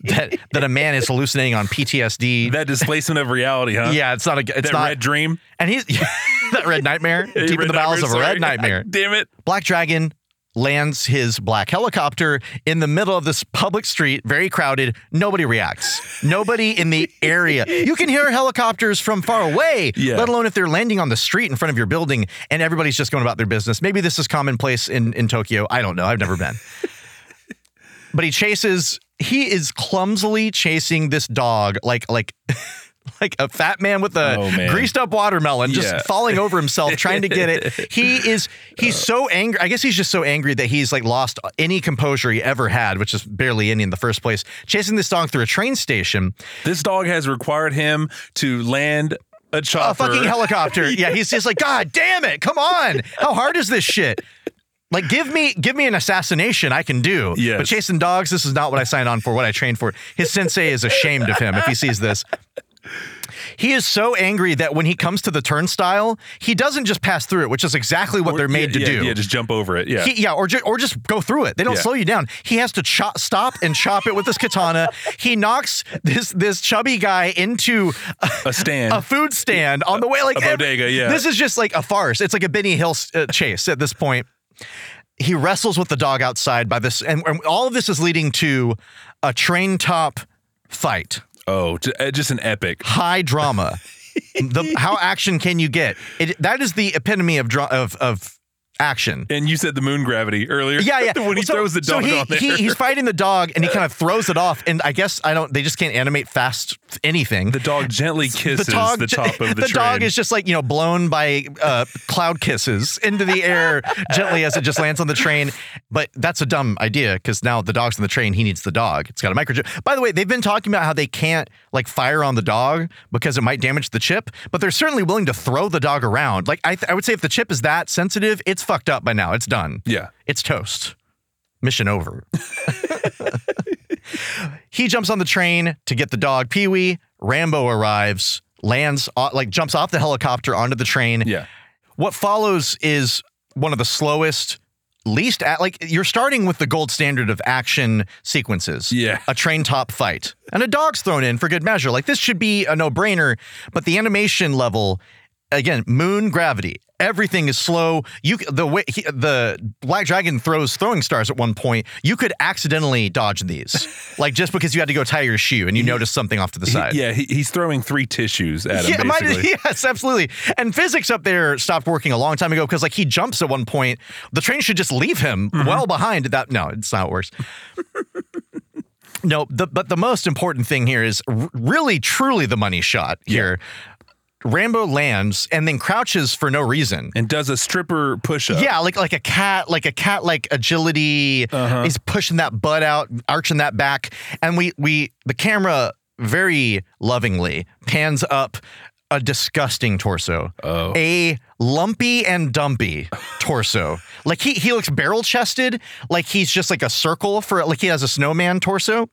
B: that that a man is hallucinating on PTSD.
C: That displacement of reality, huh?
B: Yeah, it's not a. It's
C: that
B: not
C: red dream.
B: And he's *laughs* that red nightmare
C: Hey,
B: deep
C: Red
B: in the bowels of
C: Nightmare,
B: a red
C: sorry. *laughs*
B: nightmare.
C: Damn it.
B: Black Dragon lands his black helicopter in the middle of this public street, very crowded. Nobody reacts. Nobody in
C: *laughs*
B: the area. You can hear helicopters from far away,
C: Yeah.
B: let alone if they're landing on the street in front of your building and everybody's just going about their business. Maybe this is commonplace in, in Tokyo. I don't know. I've never
C: *laughs*
B: been. but he chases he is clumsily chasing this dog like like *laughs* like a fat man with a
C: Oh, man.
B: greased up watermelon just
C: Yeah.
B: falling over himself trying to get it he is he's so angry i guess he's just so angry that he's like lost any composure he ever had which is barely any in the first place chasing this dog through a train station
C: This dog has required him to land a
B: a
C: chopper.
B: fucking helicopter yeah he's just like god damn it come on how hard is this shit like give me give me an assassination I can do.
C: Yes.
B: But chasing dogs, this is not what I signed on for, what I trained for. His sensei is ashamed of him if he sees this. He is so angry that when he comes to the turnstile, he doesn't just pass through it, which is exactly what
C: Or-
B: they're made
C: yeah,
B: to
C: yeah,
B: do.
C: Yeah, just jump over it. Yeah.
B: He, yeah, or ju- or just go through it. They don't
C: Yeah.
B: slow you down. He has to chop, stop and chop it with his katana. He knocks this this chubby guy into a,
C: a stand.
B: a food stand on the way. Like
C: A bodega, yeah.
B: This is just like a farce. It's like a Benny Hill uh, chase at this point. He wrestles with the dog outside by this, and, and all of this is leading to a train top fight.
C: oh, ju- uh, just an epic.
B: High drama. the, how action can you get? It, that is the epitome of dra- of of
C: *laughs*
B: action.
C: And you said the moon gravity earlier.
B: Yeah, yeah.
C: *laughs* when he
B: So-
C: throws the
B: so
C: dog
B: he-
C: on there.
B: he- he's fighting the dog and he kind of throws it off. And I guess I don't. They just can't animate fast anything.
C: the dog gently kisses the, top
B: *laughs*
C: of the, train.
B: dog is just like you know blown by uh, cloud kisses into the
C: *laughs*
B: air gently as it just lands on the train. But that's a dumb idea because now the dog's on the train. He needs the dog. It's got a microchip. By the way, they've been talking about how they can't like fire on the dog because it might damage the chip. But they're certainly willing to throw the dog around. Like I, th- I would say, if the chip is that sensitive, it's fucked up by now. It's done.
C: yeah.
B: It's toast. Mission over. *laughs* he jumps on the train to get the dog Pee Wee. Rambo arrives, lands, o- like jumps off the helicopter onto the train.
C: Yeah.
B: What follows is one of the slowest, least at like you're starting with the gold standard of action sequences.
C: Yeah.
B: A train top fight. And a dog's thrown in for good measure. Like this should be a no-brainer, but the animation level again, moon gravity. Everything is slow. You c- the way he, the Black Dragon throws throwing stars at one point. You could accidentally dodge
C: *laughs*
B: these, like just because you had to go tie your shoe and you noticed something off to the
C: He-
B: side.
C: yeah, he, he's throwing three tissues at him.
B: Yeah, might-
C: basically.
B: *laughs* yes, absolutely. And physics up there stopped working a long time ago because, like, he jumps at one point. The train should just leave him
C: Mm-hmm.
B: well behind that. No, it's not how it works. *laughs* no, the, but the most important thing here is r- really, truly the money shot here. Rambo lands and then crouches for no reason.
C: and does a stripper push up.
B: Yeah, like like a cat, like a cat, like agility. He's pushing that butt out, arching that back, and we we the camera very lovingly pans up a disgusting torso,
C: Oh.
B: a lumpy and dumpy torso. like he he looks barrel chested, like he's just like a circle for like he has a snowman torso.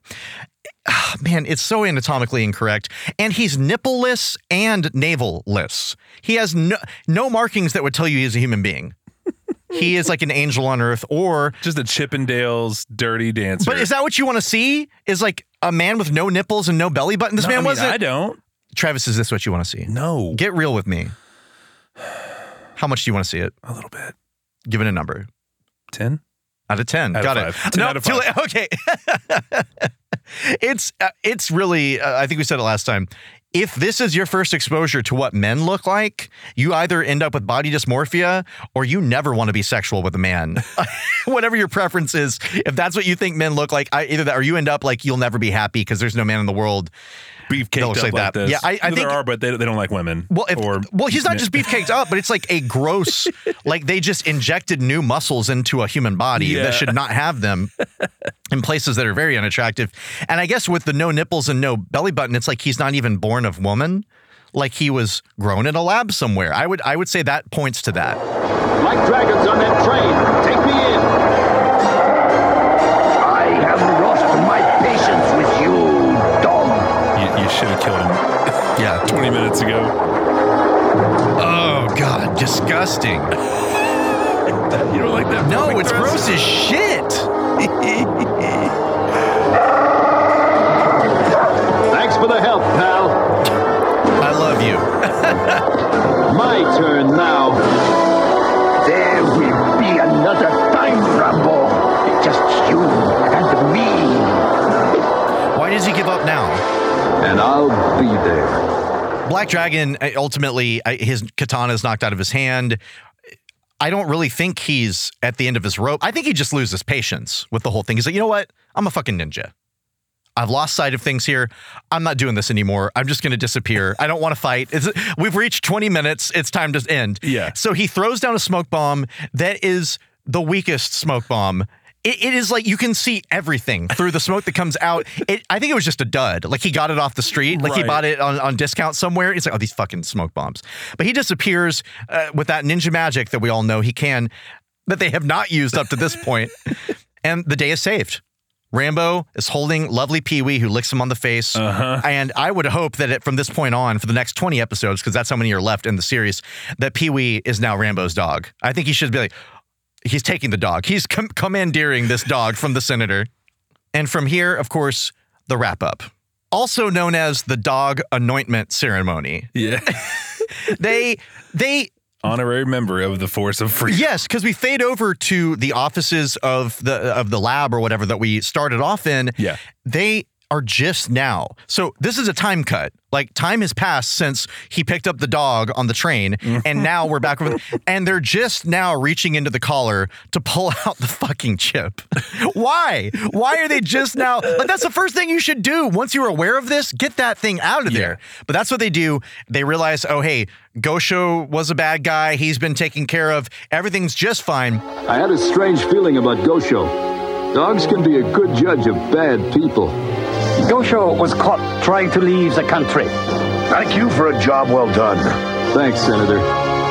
B: Ah, Man, it's so anatomically incorrect. And he's nippleless and navelless. He has no, no markings that would tell you he's a human being he is like an angel on earth or
C: Just a Chippendales dirty dancer.
B: but is that what you want to see is like a man with no nipples and no belly button this
C: No,
B: man
C: I mean,
B: wasn't
C: I don't.
B: travis is this what you want to see
C: No.
B: get real with me how much do you want to see it
C: a little bit.
B: give it a number
C: 10?
B: out of 10
C: Out of
B: got
C: five.
B: it *laughs*
C: 10
B: no
C: out of
B: too
C: five.
B: late. okay it's uh, it's really uh, i think we said it last time if this is your first exposure to what men look like, you either end up with body dysmorphia or you never want to be sexual with a man. *laughs* Whatever your preference is, if that's what you think men look like, I, either that or you end up like you'll never be happy because there's no man in the world
C: Beefcake
B: Don't
C: up
B: say
C: like
B: that.
C: this.
B: Yeah, I- I
C: No,
B: think-
C: there are, but they, they don't like women.
B: well, if,
C: or
B: well, he's not just beefcaked up, but it's like a
C: *laughs*
B: gross, like they just injected new muscles into a human body
C: Yeah.
B: that should not have
C: *laughs*
B: them in places that are very unattractive. And I guess with the no nipples and no belly button, it's like he's not even born of woman. Like he was grown in a lab somewhere. I would I would say that points to that.
I: Black Dragon's on that train. Take me in.
E: I have lost my patience with you, dog.
C: you, you should have killed him
B: Yeah.
C: 20 minutes ago.
B: Oh God, disgusting.
C: you don't like that?
B: No, it's gross as shit.
I: Thanks for the help, pal.
B: I love you.
I: My turn now.
E: There will be another time, Rambo. Just you and me.
B: Why does he give up now?
I: And I'll be there.
B: Black Dragon uh, ultimately I- his katana is knocked out of his hand. I don't really think he's at the end of his rope. I think he just loses patience with the whole thing. He's like, you know what? I'm a fucking ninja. I've lost sight of things here. I'm not doing this anymore. I'm just going to disappear. I don't want to fight. It's, we've reached 20 minutes. It's time to end.
C: Yeah.
B: So he throws down a smoke bomb that is the weakest smoke bomb. It, it is like you can see everything through the smoke that comes out. It, I think it was just a dud. Like he got it off the street. Like he
C: Right.
B: bought it on, on discount somewhere. He's like, oh, these fucking smoke bombs. But he disappears uh, with that ninja magic that we all know he can, that they have not used up to this
C: *laughs*
B: point. and the day is saved. Rambo is holding lovely Pee Wee, who licks him on the face. And I would hope that it, from this point on, for the next 20 episodes, because that's how many are left in the series, that Pee Wee is now Rambo's dog. I think he should be like, he's taking the dog. He's com- commandeering this dog from the senator. And from here, of course, the wrap up, also known as the dog anointment ceremony.
C: Yeah. *laughs*
B: They, they,
C: Honorary member of the Force of Freedom.
B: Yes, because we fade over to the offices of the of the lab or whatever that we started off in.
C: Yeah.
B: They are just now. So this is a time cut. Like time has passed since he picked up the dog on the train, and now we're back over. And they're just now reaching into the collar to pull out the fucking chip. *laughs* Why? Why are they just now? Like that's the first thing you should do once you're aware of this. Get that thing out of there. But that's what they do. They realize, oh hey, Gosho was a bad guy. He's been taken care of. Everything's just fine.
I: I had a strange feeling about Gosho. Dogs can be a good judge of bad people.
H: Gosho was caught trying to leave the country.
D: Thank you for a job well done.
I: Thanks, Senator.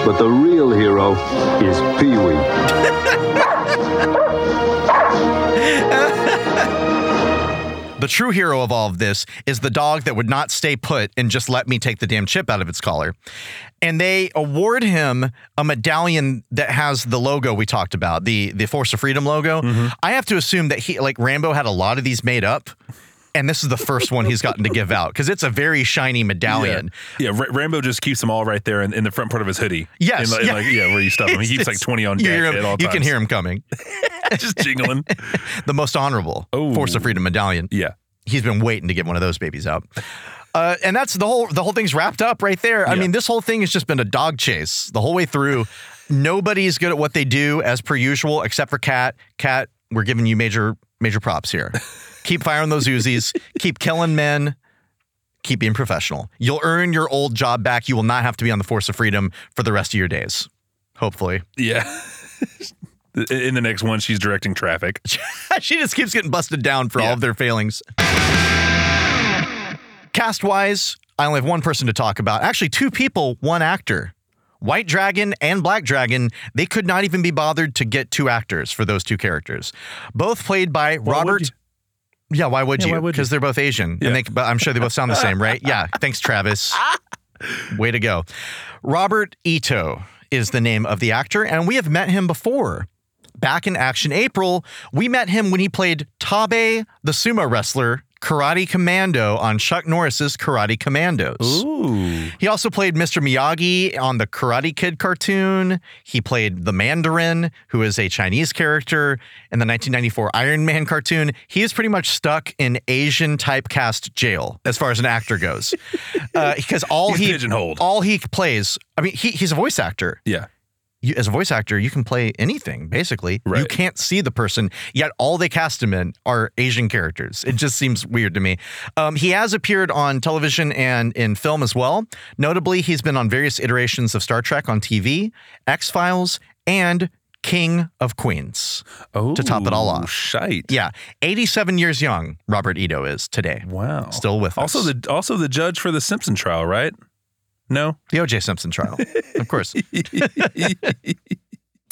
I: But the real hero is Pee Wee.
B: The true hero of all of this is the dog that would not stay put and just let me take the damn chip out of its collar. And they award him a medallion that has the logo we talked about, the the Force of Freedom logo.
C: Mm-hmm.
B: I have to assume that he like Rambo had a lot of these made up. And this is the first one he's gotten to give out because it's a very shiny medallion.
C: Yeah, Ra- Rambo just keeps them all right there in, in the front part of his hoodie.
B: Yes,
C: In, like- in
B: yeah.
C: like, yeah, where you stuff him. He
B: It's-
C: keeps
B: *laughs*
C: like
B: it's-
C: 20 on
B: you
C: deck
B: hear him-
C: at all times.
B: You can hear him coming.
C: *laughs* just
B: *laughs*
C: jingling.
B: the most honorable
C: Oh.
B: Force of Freedom medallion.
C: Yeah.
B: He's been waiting to get one of those babies out. Uh, and that's the whole the whole thing's wrapped up right there. I
C: Yeah.
B: mean, this whole thing has just been a dog chase the whole way through. Nobody's good at what they do as per usual, except for Cat. Cat, we're giving you major major props here. keep firing those Uzis. keep killing men. Keep being professional. You'll earn your old job back. You will not have to be on the Force of Freedom for the rest of your days. Hopefully.
C: Yeah. *laughs* In- in the next one, she's directing traffic.
B: *laughs* she just keeps getting busted down for all
C: Yeah.
B: of their failings. Cast wise, I only have one person to talk about. Actually, two people, one actor. White Dragon and Black Dragon, they could not even be bothered to get two actors for those two characters. Both played by Robert. Yeah, why would
C: Yeah,
B: you?
C: why would you?
B: Because they're both Asian.
C: Yeah.
B: And they, but I'm sure they both
C: *laughs*
B: sound the same, right? Yeah. Thanks, Travis. Way to go. Robert Ito is the name of the actor, and we have met him before. Back in Action April, we met him when he played Tabe, the sumo wrestler, Karate Commando on Chuck Norris's Karate Commandos.
C: Ooh.
B: He also played Mr. Miyagi on the Karate Kid cartoon. He played the Mandarin, who is a Chinese character in the 1994 Iron Man cartoon. He is pretty much stuck in Asian typecast jail as far as an actor goes, *laughs* Uh, because all
C: He's
B: he
C: pigeonholed.
B: all he plays. I mean, he, he's a voice actor.
C: Yeah.
B: You, as a voice actor, you can play anything basically. You
C: Right.
B: can't see the person yet. All they cast him in are Asian characters. It just seems weird to me. Um, he has appeared on television and in film as well. Notably, he's been on various iterations of Star Trek on TV, X Files, and King of Queens.
C: Oh.
B: To top it all off.
C: Shite.
B: Yeah, 87 years young. Robert Ito is today.
C: Wow.
B: Still with
C: also
B: us.
C: the also the judge for the Simpson trial, right? No.
B: The O.J. Simpson trial, of
C: *laughs*
B: course.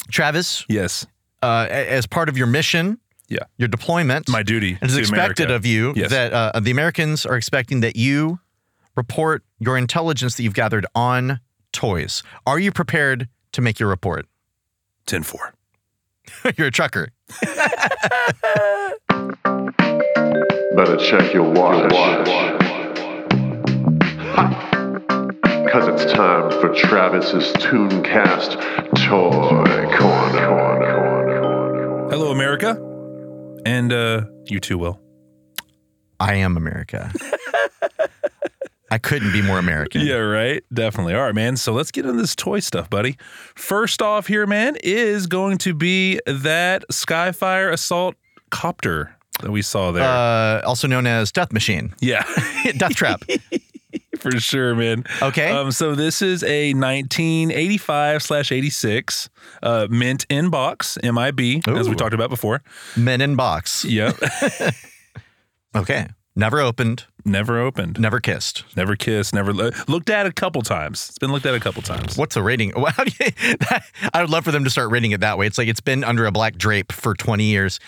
B: Travis,
C: yes.
B: uh, a- as part of your mission,
C: Yeah.
B: your deployment,
C: My duty.
B: it is
C: to
B: expected
C: America.
B: of you
C: Yes.
B: that uh, the Americans are expecting that you report your intelligence that you've gathered on toys. Are you prepared to make your report? *laughs*
C: 10 4.
B: You're a trucker.
L: Better check your watch. Because it's time for Travis's Tooncast Toy Corner.
C: Hello, America. And uh, you too, Will.
B: I am America. *laughs* I couldn't be more American.
C: Yeah, right. Definitely. All right, man. So let's get into this toy stuff, buddy. First off, here, man, is going to be that Skyfire Assault copter that we saw there.
B: Uh, also known as Death Machine.
C: yeah. *laughs*
B: Death Trap.
C: For sure, man.
B: Okay.
C: Um, so this is a 1985 slash 86 uh, mint in box, MIB, as we talked about before.
B: Men in box.
C: Yep.
B: okay. Never opened.
C: *laughs* Never opened.
B: Never kissed.
C: Never kissed. Never lo- looked at a couple times. It's been looked at a couple times.
B: What's the rating? *laughs* How do you, I would love for them to start rating it that way. It's like it's been under a black drape for 20 years.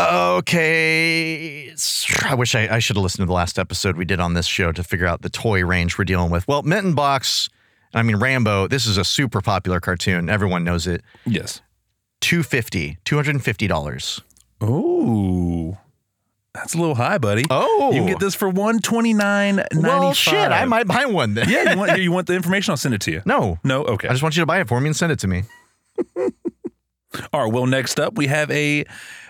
B: Okay. it's- I wish I, I should have listened to the last episode we did on this show to figure out the toy range we're dealing with. Well, Mint and Box, I mean, Rambo, this is a super popular cartoon. Everyone knows it.
C: Yes.
B: 250 $250.
C: Oh, that's a little high, buddy.
B: Oh.
C: You can get this for one twenty nine ninety five.
B: Well, shit, I might buy one then.
C: *laughs* yeah, you want, you want the information? I'll send it to you.
B: No.
C: No. Okay.
B: I just want you to buy it for me and send it to me.
C: All right. Well, next up, we have a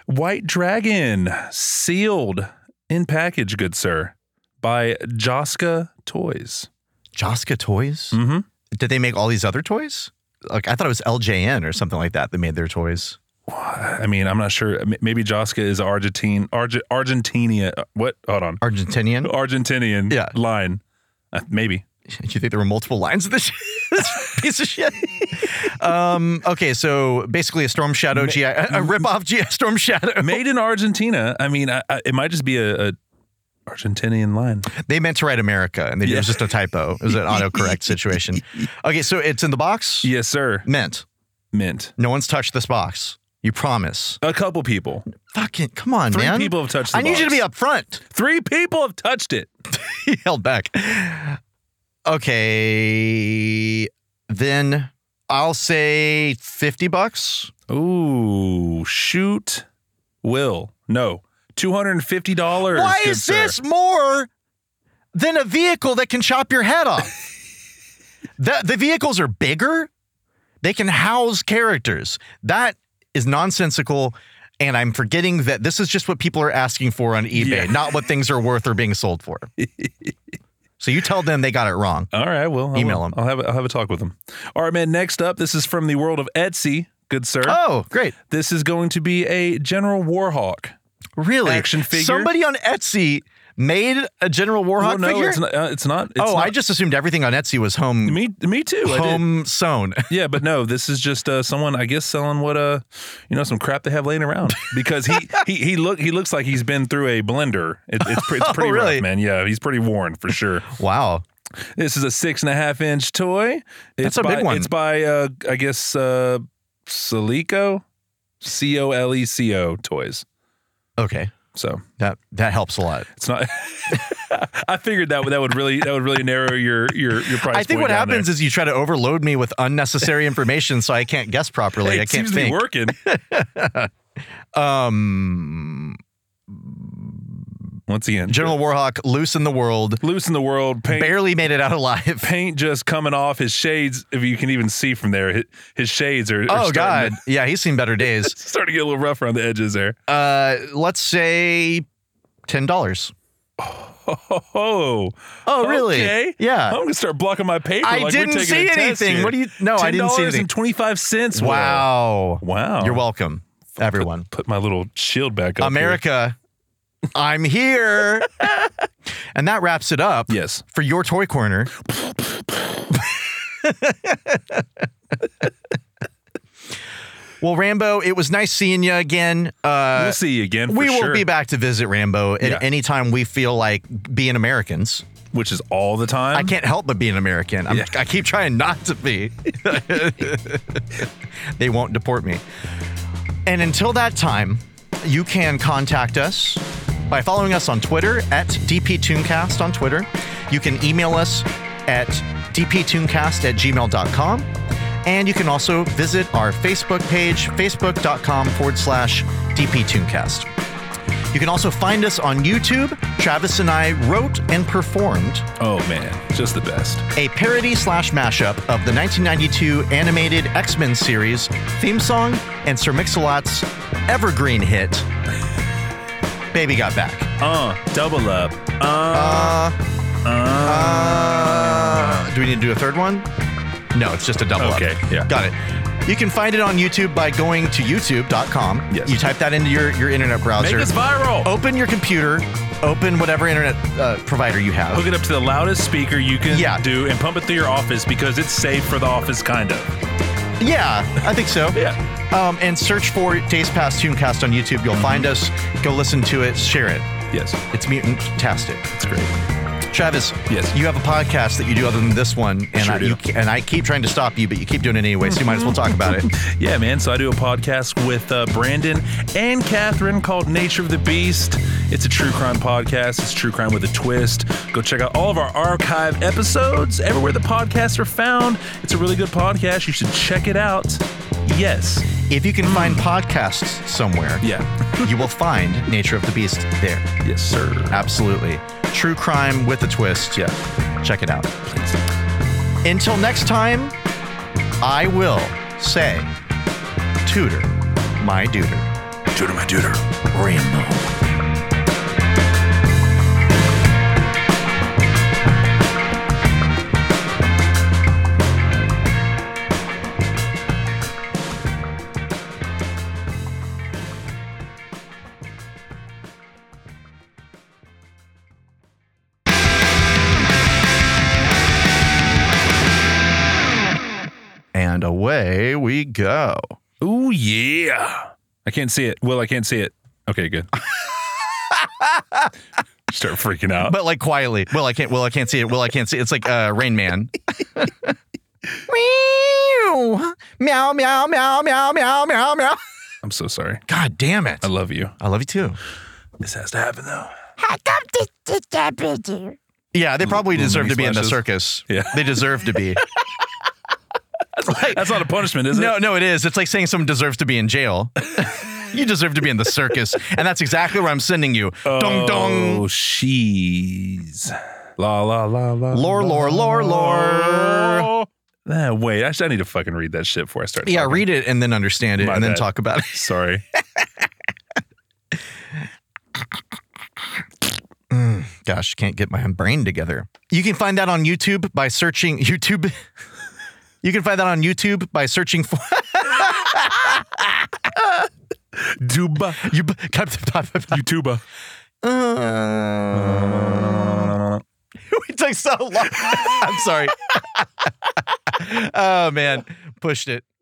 C: White Dragon sealed in package, good sir, by Joska Toys.
B: Joska Toys?
C: Mm-hmm.
B: Did they make all these other toys? Like I thought it was LJN or something like that that made their toys.
C: I mean, I'm not sure. M- Maybe Joska is Argentine, Arge, Argentinia. What? Hold on. Oh.
B: Argentinian?
C: Argentinian
B: Yeah.
C: line. Uh, maybe.
B: Do you think there were multiple lines of this, *laughs* this piece of
C: *laughs*
B: shit? Um, okay, so basically a Storm Shadow GI, a, a ripoff GI Storm Shadow.
C: Made in Argentina. I mean, I, I, it might just be a, a Argentinian line.
B: They meant to write America, and they, it was just a typo. It was
C: *laughs*
B: an autocorrect situation. Okay, so it's in the box.
C: Yes, sir.
B: Mint.
C: Mint.
B: No one's touched this box. You promise.
C: A couple people.
B: Fucking come on,
C: Three
B: man.
C: people have touched the
B: I need you to
C: box.
B: be up front.
C: Three people have touched it.
B: *laughs* he held back. Okay, then I'll say fifty bucks.
C: Ooh, shoot. Will. No. $250.
B: Why
C: good
B: is
C: sir.
B: this more than a vehicle that can chop your head
C: *laughs*
B: off? the, the vehicles are bigger. They can house characters. That is nonsensical. And I'm forgetting that this is just what people are asking for on eBay,
C: Yeah.
B: not what things are worth or being sold
C: *laughs*
B: for. so you tell them they got it wrong.
C: All right, well, I'll,
B: Email 'em.
C: I'll have a, I'll have a talk with them. All right, man. Next up, this is from the world of Etsy. Good sir.
B: Oh, great.
C: This is going to be a General Warhawk.
B: Really?
C: Action figure.
B: Somebody on Etsy made a General Warhawk
C: Well, no,
B: figure?
C: it's not. uh, it's not it's
B: oh,
C: not-
B: I just assumed everything on Etsy was home
C: me me too. I did.
B: home
C: *laughs*
B: sewn.
C: Yeah, but no, this is just uh, someone I guess selling what uh you know some crap they have laying around
B: *laughs*
C: because he he he look he looks like he's been through a blender. It, it's pre-
B: *laughs*
C: it's
B: Oh,
C: pretty
B: really?
C: rough, man. Yeah, he's pretty worn for sure.
B: Wow.
C: This is a six and a half inch toy. It's
B: That's a
C: by,
B: big one.
C: It's by uh, I guess uh, Coleco, C O L E C O toys.
B: Okay.
C: So
B: That that helps a lot.
C: it's not. *laughs* I figured that would- that would really that would really narrow your your your price.
B: I think what happens
C: is
B: is you try to overload me with
C: *laughs*
B: unnecessary information, so I can't guess properly.
C: it
B: I can't
C: seems to be
B: think. *laughs*
C: working.
B: Um,
C: Once again,
B: General Warhawk, loose in the world,
C: loose in the world, paint
B: barely made it out
C: *laughs*
B: alive.
C: paint just coming off his shades. If you can even see from there, his, his shades are. are
B: *laughs* Oh
C: starting
B: God,
C: to-
B: yeah, he's seen better days.
C: *laughs* starting to get a little rough around the edges there.
B: Uh, let's say ten dollars.
C: Oh,
B: Oh, really?
C: Okay. Oh,
B: Yeah.
C: I'm gonna start blocking my paper.
B: I
C: like
B: didn't
C: we're taking
B: see
C: a test
B: anything.
C: here.
B: What do you- no, I didn't see anything.
C: and twenty five cents. Will.
B: Wow.
C: Wow.
B: You're welcome, everyone.
C: Put my little shield back up.
B: America, I'm
C: *laughs*
B: here. and that wraps it up
C: Here. Yes.
B: for your toy corner. well, Rambo, it was nice seeing you again. Uh,
C: we'll see you again. For
B: we will
C: sure,
B: be back to visit Rambo at
C: Yeah.
B: any time we feel like being Americans.
C: which is all the time.
B: I can't help but be an American. I'm,
C: Yeah.
B: I keep trying not to be. they won't deport me. And until that time, you can contact us by following us on Twitter at DPToonCast on Twitter. You can email us at dptooncast at gmail.com. And you can also visit our Facebook page, facebook.com forward slash dptunecast. You can also find us on YouTube. Travis and I wrote and performed.
C: Oh man, just the best.
B: A parody slash mashup of the 1992 animated X Men series theme song and Sir Mix-a-Lot's evergreen hit, Baby Got Back.
C: Uh, double up. Uh,
B: uh, uh. Do we need to do a third one? No, it's just a double
C: Okay,
B: up.
C: yeah.
B: Got it. You can find it on YouTube by going to youtube.com. Yes. You type that into your, your internet browser.
C: Make us viral.
B: Open your computer. Open whatever internet uh, provider you have.
C: Hook it up to the loudest speaker you can do and pump it through your office because it's safe for the office, kind of.
B: Yeah, I think
C: *laughs*
B: so. yeah. Um, and search for Days Past Tooncast on YouTube. You'll find us. Go listen to it. Share it.
C: Yes.
B: It's mutant-tastic.
C: It's great.
B: Travis.
C: Yes.
B: You have a podcast that you do other than this one, and
C: Sure
B: I,
C: do.
B: you ca- and I keep trying to stop you, but you keep doing it anyway. So you might as well talk about
C: *laughs*
B: it.
C: yeah, man. So I do a podcast with uh, Brandon and Catherine called Nature of the Beast. It's a true crime podcast. It's true crime with a twist. Go check out all of our archive episodes everywhere the podcasts are found. It's a really good podcast. You should check it out. Yes.
B: If you can find podcasts somewhere,
C: yeah,
B: you will find Nature of the Beast there.
C: Yes, sir.
B: Absolutely. True crime with a twist. Yeah. Check it out. Please. Until next time, I will say, tutor my duder.
C: Tutor my duder.
B: Rambo. And away we go.
C: Ooh, yeah. I can't see it. Will, I can't see it. Okay,
B: *laughs*
C: good. Start freaking out.
B: But like quietly. Well, I can't. Well, I can't see it. Well, I can't see. It. It's like uh, Rain *laughs* Man. Meow, meow, meow, meow, meow, meow, meow.
C: I'm so sorry.
B: God damn it.
C: I love you.
B: I love you too.
C: This has to happen though.
B: Yeah, they probably
C: Little
B: deserve
C: mini
B: to be in the
C: splashes.
B: circus.
C: Yeah.
B: They deserve to *laughs* be.
C: That's not a punishment, is it?
B: no, no, it is. It's like saying someone deserves to be in jail. *laughs* you deserve to be in the circus. And that's exactly where I'm sending you. Dong dong.
C: Oh, she's la la la la.
B: Lore, lore, lore, lore.
C: Ah, wait, I, should- I need to fucking read that shit before I start.
B: Yeah, read it and then understand it
C: My
B: and then
C: bad.
B: talk about it. *laughs*
C: Sorry.
B: Mm, gosh, can't get my brain together. You can find that on YouTube by searching YouTube. *laughs* You can find that on YouTube by searching for.
C: Tuba.
B: *laughs*
C: YouTuber.
B: Uh. it *laughs* took so long. I'm sorry. oh man, pushed it.